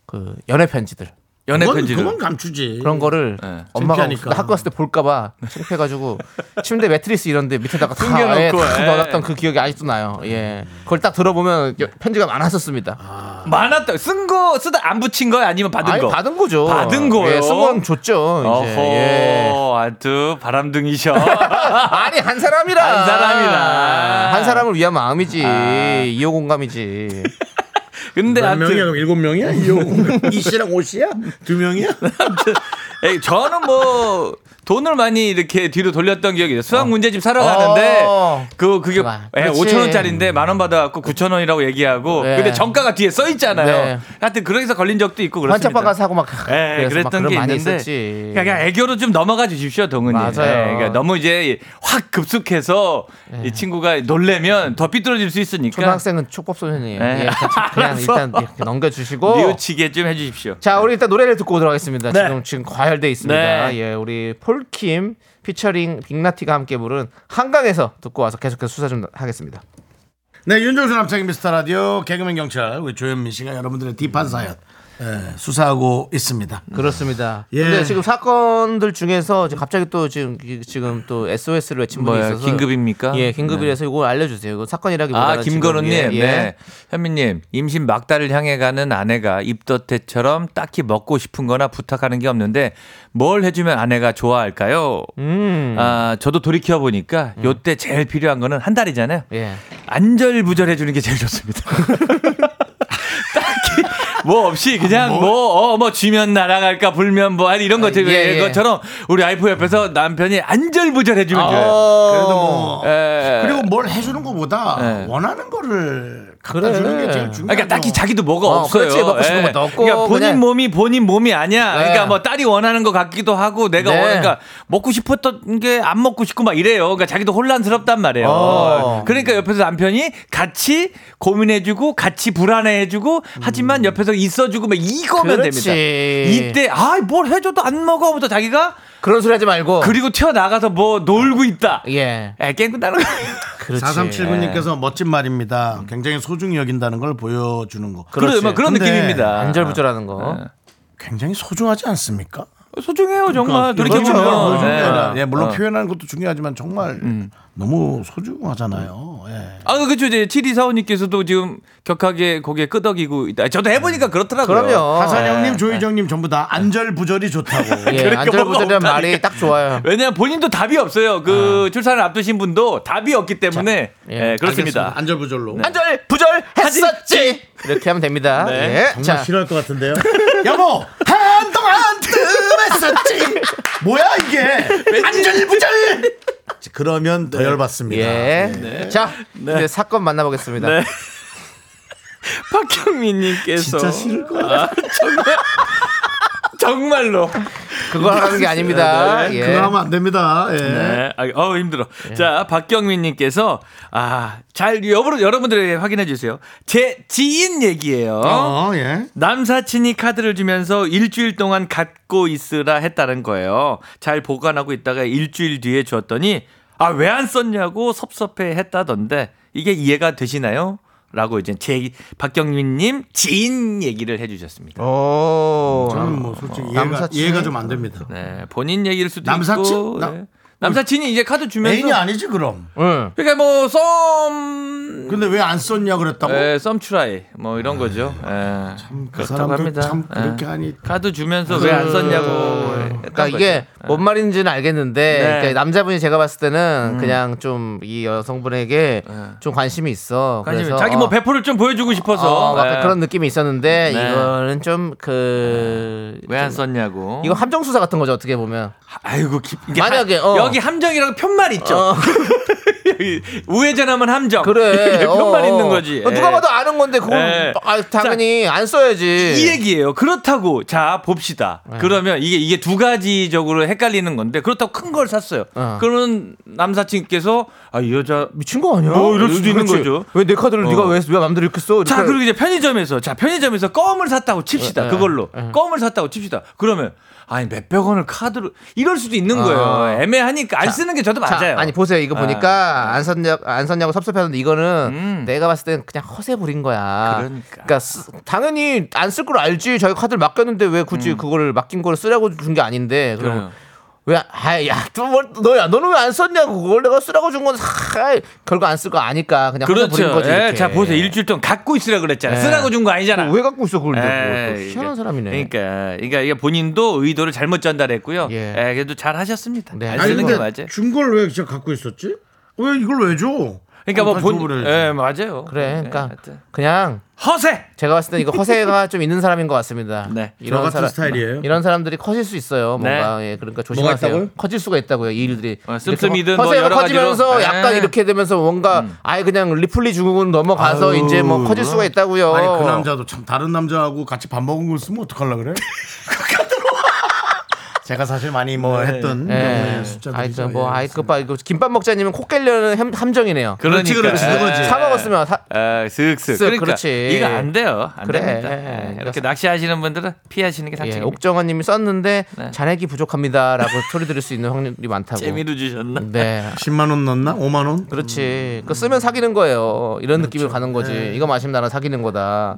S2: 그 연애 편지들
S8: 연애
S1: 그건,
S8: 편지를
S1: 그건 감추지.
S2: 그런 거를
S8: 네.
S2: 엄마가
S1: 창피하니까.
S2: 없- 학교 갔을 때 볼까봐 창피해가지고 침대 매트리스 이런데 밑에다가 다
S8: 숨겨놓고,
S2: 아예 다
S8: 예.
S2: 넣어놨던 그 기억이 아직도 나요. 예, 그걸 딱 들어보면 여- 편지가
S1: 아,
S2: 많았었습니다.
S8: 많았다. 쓴 거 쓰다 안 붙인 거야 아니면 받은
S2: 아니
S8: 거?
S2: 받은 거죠.
S8: 받은 거예요?
S2: 예, 쓴건 줬죠. 이제.
S8: 어허,
S2: 예.
S8: 아주 바람둥이셔.
S2: 아니 한 사람이라
S8: 한 사람이라. 아.
S2: 한 사람을 위한 마음이지 이호 공감이지.
S8: 근데
S1: 몇 명이야?
S8: 아무튼
S1: 그럼 일곱 명이야? 이오 이 씨랑 오 씨야? 두 명이야?
S8: 에이, 저는 뭐 돈을 많이 이렇게 뒤로 돌렸던 기억이 있어요. 수학 문제집 사러 가는데
S2: 어.
S8: 그 그게
S2: 그만.
S8: 예,
S2: 그렇지. 음.
S8: 5천 원짜리인데 만 원 받아갖고 9천 원이라고 얘기하고
S2: 네.
S8: 근데 정가가 뒤에 써 있잖아요.
S2: 네.
S8: 하여튼 그래서 걸린 적도 있고 그렇습니다.
S2: 환짝방 가서 하고 막
S8: 예,
S2: 그래서 막
S8: 그랬던
S2: 그런
S8: 게
S2: 많이
S8: 있는데 그러니까
S2: 있었지.
S8: 그냥 애교로 좀 넘어가 주십시오, 동훈님.
S2: 맞아요. 네.
S8: 그러니까 너무 이제 확 급속해서 이 친구가 놀래면 더 삐뚤어질 수 있으니까
S2: 초등학생은 촉법 소년이에요.
S8: 네.
S2: 예, 일단 좀 그냥 일단 이렇게 넘겨주시고.
S8: 뉘우치게 좀 해주십시오.
S2: 자, 우리 일단 노래를 듣고 오도록 하겠습니다. 지금 지금 과열돼 있습니다.
S8: 네.
S2: 예, 우리 폴킴 피처링 빅나티가 함께 부른 한강에서 듣고 와서 계속해서 수사 좀 하겠습니다.
S1: 네, 윤정수 남창의 미스터 라디오 개그맨 경찰 우리 조현민 씨가 여러분들의 딥한 사연 예, 수사하고 있습니다.
S8: 네.
S2: 그렇습니다.
S1: 예.
S2: 음. 근데 지금 사건들 중에서 지금 갑자기 또 지금 기- 지금 또 SOS를 외친 분이
S8: 뭐예요?
S2: 있어서
S8: 긴급입니까? 네.
S2: 예, 긴급이라서 이거 알려주세요. 이거 사건이라기보다
S8: 아, 김건우님,
S2: 예.
S8: 네. 현미님, 임신 막달을 향해 가는 아내가 입덧태처럼 딱히 먹고 싶은 거나 부탁하는 게 없는데 뭘 해주면 아내가 좋아할까요? 아, 저도 돌이켜보니까 요때 제일 필요한 거는 한 달이잖아요.
S2: 예.
S8: 안절부절 해주는 게 제일 좋습니다. 딱히 뭐 없이 그냥 뭐 어, 뭐 쥐면 날아갈까 불면 뭐 아니 이런 것처럼,
S2: 아, 예, 예.
S8: 것처럼 우리 와이프 옆에서 남편이 안절부절 해주면
S2: 아.
S8: 돼요.
S1: 그래도 뭐
S2: 어.
S8: 예.
S1: 그리고 뭘 해주는 것보다
S8: 예.
S1: 원하는 거를 갖다
S2: 그래.
S1: 주는 게 제일 중요하죠.
S8: 그러니까 딱히 자기도 뭐가
S2: 어,
S8: 없어요.
S2: 그렇지. 먹고 싶은
S8: 예.
S2: 것도 없고,
S8: 그러니까 본인
S2: 그냥.
S8: 몸이 본인 몸이 아니야.
S2: 네.
S8: 그러니까 뭐 딸이 원하는 것 같기도 하고 내가
S2: 네.
S8: 원- 그러니까 먹고 싶었던 게 안 먹고 싶고 막 이래요. 그러니까 자기도 혼란스럽단 말이에요.
S2: 어.
S8: 그러니까 옆에서 남편이 같이 고민해주고 같이 불안해해주고 하지만 옆에서 있어주고 막 이거면
S2: 음. 그렇지.
S8: 됩니다. 이때 아 뭘 해줘도 안 먹어부터 자기가
S2: 그런 소리 하지 말고.
S8: 그리고 튀어나가서 뭐 놀고 있다.
S2: 예.
S8: 에 깽끝나는 거예요.
S2: 그렇지.
S8: 네.
S1: 4379님께서 멋진 말입니다. 굉장히 소중히 여긴다는 걸 보여주는 거.
S8: 그런, 뭐 그런
S1: 근데
S8: 느낌입니다.
S2: 안절부절하는 거.
S8: 네.
S1: 굉장히 소중하지 않습니까?
S8: 소중해요 정말
S1: 그렇죠.
S8: 아, 돌이켜보면.
S1: 소중히 해라.
S8: 네.
S1: 예, 물론
S8: 어. 음.
S1: 표현하는 것도 중요하지만 정말 너무 소중하잖아요. 예.
S8: 아, 그렇죠. 이제 7245님께서도 지금 격하게 고개 끄덕이고 있다. 저도 해보니까 그렇더라고요.
S2: 그럼요.
S1: 하선영님,
S8: 네.
S1: 조희정님 전부 다 안절부절이 좋다고.
S2: 예, 안절부절이란
S8: 없다니까.
S2: 말이 딱 좋아요.
S8: 왜냐면 본인도 답이 없어요. 그 출산을 앞두신 분도 답이 없기 때문에
S2: 예,
S8: 예, 그렇습니다. 네.
S1: 안절부절로.
S2: 안절부절 했었지. 이렇게 하면 됩니다. 예.
S1: 정말
S2: 자,
S1: 싫어할 것 같은데요. 여보, 한동안 뜸했었지. 뭐야 이게? 안절부절. 그러면 더 열받습니다.
S2: 예. 자, 이제 사건 만나보겠습니다.
S8: 네. 박형민님께서
S1: 진짜 싫을 것 같아.
S8: 정말로.
S2: 그걸 하는 게 아닙니다. 예.
S1: 그거 하면 안 됩니다. 예.
S8: 네. 아, 어우, 힘들어. 자, 박경민님께서, 아, 잘, 여러, 여러분들이 확인해 주세요. 제 지인 얘기예요
S1: 어, 예.
S8: 남사친이 카드를 주면서 일주일 동안 갖고 있으라 했다는 거예요. 잘 보관하고 있다가 일주일 뒤에 줬더니 아 왜 안 썼냐고 섭섭해 했다던데 이게 이해가 되시나요? 라고 이제 제 박경민님 지인 얘기를 해주셨습니다.
S2: 오.
S1: 저는 뭐 솔직히 이해가,
S2: 남사친?
S1: 이해가 좀 안 됩니다.
S8: 네 본인 얘기일 수도
S1: 남사친?
S8: 있고
S1: 나-
S8: 네. 남사친이 이제 카드 주면서
S1: 애인이 아니지 그럼.
S2: 응.
S8: 그러니까 뭐썸
S1: 근데 왜 안 썼냐 그랬다고?
S8: 네. 썸트라이 뭐 이런 거죠. 예.
S1: 아, 그
S8: 그렇다고
S1: 사람도
S8: 합니다.
S1: 참 그렇게 아, 그 어,
S8: 예.
S1: 하니
S8: 카드 주면서 왜 안 썼냐고. 네.
S2: 그러니까 이게 뭔 말인지는 알겠는데 그러니까 남자분이 제가 봤을 때는
S8: 음.
S2: 그냥 좀 이 여성분에게 좀 관심이 있어.
S8: 네. 관심
S2: 그래서
S8: 자기 뭐
S2: 어,
S8: 배포를 좀 보여주고 싶어서
S2: 어, 약간
S8: 네.
S2: 그런 느낌이 있었는데
S8: 네.
S2: 이거는 좀그
S8: 왜 안 썼냐고.
S2: 이거 함정 수사 같은 거죠 어떻게 보면.
S8: 아이고 깊- 이게
S2: 만약에,
S8: 하-
S2: 어.
S8: 여기 함정이라고 편말 있죠.
S2: 어.
S8: 여기 우회전하면 함정.
S2: 그래.
S8: 이게 편말
S2: 어, 어.
S8: 있는 거지.
S2: 어, 누가
S8: 예.
S2: 봐도 아는 건데 그걸
S8: 예.
S2: 아, 당연히 안 써야지.
S8: 이 얘기예요. 그렇다고 자 봅시다.
S2: 네.
S8: 그러면 이게 이게 두 가지적으로 헷갈리는 건데 그렇다고 큰 걸 샀어요.
S2: 어.
S8: 그러면 남사친께서 아 이 여자
S2: 미친 거 아니야?
S8: 뭐 이럴 수도 있는 거죠.
S2: 왜 내 카드를
S8: 어.
S2: 네가 왜, 왜 마음대로 이렇게 써?
S8: 자
S2: 이렇게
S8: 그리고 이제 편의점에서 자 편의점에서 껌을 샀다고 칩시다
S2: 예,
S8: 그걸로
S2: 예.
S8: 껌을 샀다고 칩시다 그러면 아니 몇백 원을 카드로 이럴 수도 있는 거예요
S2: 아.
S8: 애매하니까 안 쓰는 게 저도
S2: 자,
S8: 맞아요
S2: 아니 보세요. 이거 보니까 안 섰냐 안 섰냐고 섭섭해하는데 이거는
S8: 음.
S2: 내가 봤을 때는 그냥 허세 부린 거야.
S8: 그러니까.
S2: 쓰- 당연히 안 쓸 걸 알지. 저희 카드를 맡겼는데 왜 굳이
S8: 음.
S2: 그거를 맡긴 걸 쓰라고 준 게 아닌데. 그럼
S8: 그래요.
S2: 왜 아야 또뭘 너야 너는 왜 안 썼냐고 그걸 내가 쓰라고 준 건 결국 안 쓸 거 아니까 그냥 허세 부린
S8: 그렇죠
S2: 거지.
S8: 예,
S2: 이렇게.
S8: 자 보세요 일주일 동안 갖고 있으라 그랬잖아
S2: 예.
S8: 쓰라고 준 거 아니잖아
S2: 왜 갖고 있어 그걸?
S8: 예,
S2: 또
S8: 이게.
S2: 희한한 사람이네.
S8: 그러니까 그러니까 이게 본인도 의도를 잘못 전달했고요
S2: 예.
S8: 예, 그래도 잘 하셨습니다
S2: 네.
S8: 안
S1: 아니
S8: 쓰는
S1: 근데
S8: 게 맞아요
S1: 준 걸 왜 진짜 갖고 있었지? 왜 이걸 왜 줘?
S8: 그러니까
S1: 다시
S8: 뭐본
S1: 줘버려야지.
S8: 예, 맞아요
S2: 그래,
S8: 예,
S2: 그러니까
S8: 하여튼.
S2: 그냥
S8: 허세
S2: 제가 봤을 때 이거 허세가 좀 있는 사람인 것 같습니다.
S8: 네.
S1: 저 같은 스타일이에요.
S2: 이런 사람들이 커질 수 있어요. 뭔가 예, 그러니까 조심하세요.
S1: 있다고요?
S2: 커질 수가 있다고요. 이 일들이
S8: 어,
S2: 이렇게
S8: 씀씀이든
S2: 뭐
S8: 뭐
S2: 허세가
S8: 여러 가지로.
S2: 커지면서
S8: 네.
S2: 약간 이렇게 되면서 뭔가 아예 그냥 리플리 중국은 넘어가서
S1: 아유,
S2: 이제 뭐 커질 수가 있다고요.
S1: 아니
S8: 어.
S1: 그 남자도 참 다른 남자하고 같이 밥 먹은 걸 쓰면 어떡하려 그래? 그까도 제가 사실 많이
S7: 어,
S1: 뭐
S7: 네.
S8: 네.
S1: 했던
S2: 예.
S1: 경우의
S2: 아이
S1: 숫자들이죠.
S2: 그뭐
S1: 예.
S2: 아이 그빠 이거 김밥 먹자님은 코 깨려는 함- 함정이네요.
S1: 그렇지, 그렇지,
S8: 그러니까.
S1: 그거지.
S8: 예.
S2: 사 먹었으면 사-
S8: 에, 슥슥.
S2: 쓱,
S8: 그러니까
S2: 그렇지.
S8: 이거 안 돼요. 안
S2: 그래.
S8: 됩니다.
S2: 예,
S8: 예, 이렇게
S2: 그래서-
S8: 낚시하시는 분들은 피하시는 게
S2: 예,
S8: 상책입니다.
S2: 옥정아님이 썼는데
S8: 네.
S2: 잔액이 부족합니다라고 소리 들을 수 있는 확률이 많다고.
S8: 재미로 주셨나?
S2: 네,
S1: 10만 원 넣나? 5만 원? 그렇죠.
S2: 그렇지. 그 쓰면 사귀는 거예요. 이런 느낌으로 가는 거지.
S1: 네.
S2: 이거 마시면 나랑 사귀는 거다.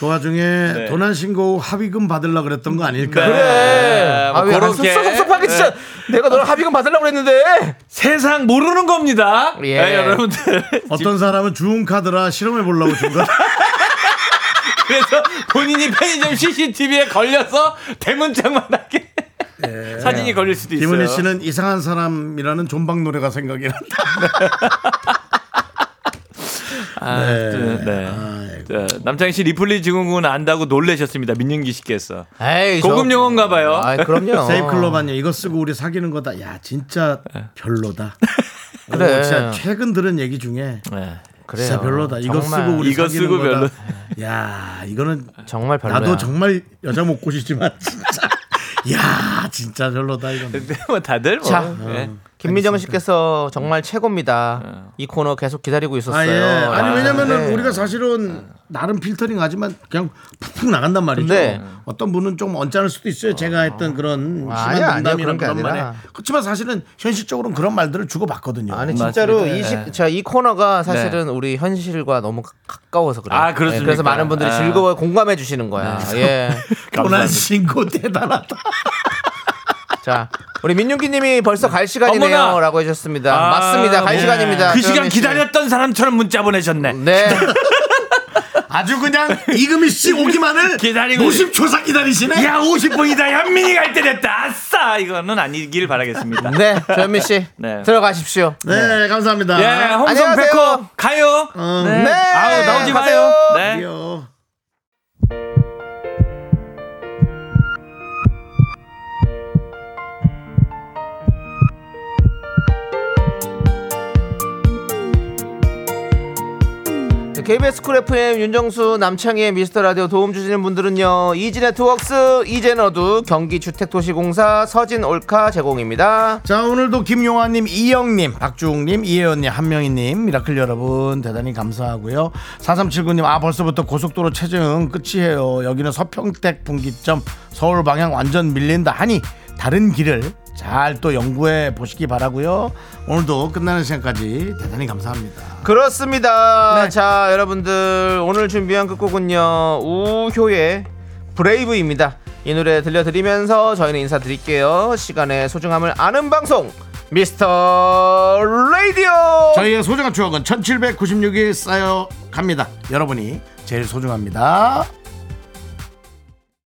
S1: 그 와중에 도난 신고 합의금 받으려 그랬던 거 아닐까?
S8: 네, 뭐
S2: 아, 왜
S8: 그렇게. 네.
S2: 섭섭하게 진짜 내가 너랑 합의금 받으려고 그랬는데.
S8: 세상 모르는 겁니다.
S2: 예.
S8: 예, 여러분들.
S1: 어떤 사람은 주운 카드라 실험해 보려고 준 거야.
S8: 그래서 본인이 편의점 CCTV에 걸려서 대문짝만하게
S2: 예.
S8: 사진이 걸릴 수도 있어요.
S1: 김은희 씨는 이상한 사람이라는 존박 노래가 생각이 난다.
S8: 아, 네. 네. 네. 남창희 씨 리플리 증후군 안다고 놀라셨습니다. 민윤기 씨께서.
S2: 에이, 저-
S8: 고급 용어인가 봐요.
S2: 아, 그럼요.
S1: 세이클로만요. 이거 쓰고 우리 사귀는 거다. 야 진짜 별로다.
S2: 예. 그래.
S1: 이거 진짜 최근 들은 얘기 중에
S8: 네.
S2: 그래요.
S1: 진짜 별로다. 이거
S2: 정말,
S1: 쓰고 우리
S8: 이거
S1: 사귀는
S8: 쓰고
S1: 거다.
S8: 별로.
S1: 야 이거는
S2: 정말 별로야.
S1: 나도 정말 여자 못 꼬시지만 진짜. 야 진짜 별로다 이건.
S8: 근데 뭐 다들 뭐.
S2: 자.
S1: 어.
S8: 네.
S2: 김민정 씨께서 정말 최고입니다. 이 코너 계속 기다리고 있었어요.
S1: 아, 예. 아니,
S2: 아,
S1: 왜냐면은
S2: 네.
S1: 우리가 사실은 나름 필터링 하지만 그냥 푹푹 나간단 말이죠.
S2: 근데
S1: 어떤 분은 좀 언짢을 수도 있어요. 제가 했던 그런
S2: 네. 아, 아니야, 아니야.
S1: 심한 농담이나
S2: 그런 게
S1: 그런
S2: 아니라.
S1: 말에. 그렇지만 사실은 현실적으로는 그런 말들을 주고받거든요.
S2: 아니 진짜로
S8: 맞습니다.
S2: 이
S8: 네.
S2: 시, 자, 이 코너가 사실은 우리 현실과 너무 가- 가까워서 그래요.
S8: 아, 그렇습니까?
S2: 그래서 많은 분들이
S8: 아. 네.
S2: 즐거워 공감해 주시는 거야. 예.
S1: 도난 신고 대단하다.
S2: 자, 우리 민윤기 님이 벌써 갈 시간이네요.
S8: 어머나.
S2: 라고 해주셨습니다.
S8: 아,
S2: 맞습니다. 갈
S8: 네.
S2: 시간입니다.
S8: 그 시간
S2: 조현민 씨.
S8: 기다렸던 사람처럼 문자 보내셨네.
S2: 네.
S1: 아주 그냥 이금희 씨 오기만을
S8: 기다리고
S1: 50초사 기다리시네.
S8: 야 50분이다 현민이 갈 때 됐다. 아싸 이거는 아니길 바라겠습니다.
S2: 네. 조현민 씨.
S8: 네.
S2: 들어가십시오.
S1: 네, 감사합니다.
S8: 예, 홍성
S2: 아, 안녕하세요.
S8: 백호 가요. 네.
S2: 네.
S8: 아우 나오지 마요.
S2: 가세요.
S8: 네.
S1: 드디어.
S2: KBS 쿨 FM 윤정수 남창희의 미스터 라디오 도움 주시는 분들은요 이지네트웍스 이젠어두 경기주택도시공사 서진올카 제공입니다
S1: 자 오늘도 김용환님, 이영님, 박주웅님, 이혜연님, 한명희님 미라클 여러분 대단히 감사하고요. 4379님 아 벌써부터 고속도로 체증 끝이에요. 여기는 서평택 분기점 서울 방향 완전 밀린다 하니 다른 길을 잘 또 연구해 보시기 바라고요. 오늘도 끝나는 시간까지 대단히 감사합니다.
S2: 그렇습니다
S1: 네.
S2: 자 여러분들 오늘 준비한 끝곡은요 우효의 브레이브입니다 이 노래 들려드리면서 저희는 인사드릴게요 시간의 소중함을 아는 방송 미스터 라디오
S1: 저희의 소중한 추억은 1796일 쌓여 갑니다. 여러분이 제일 소중합니다.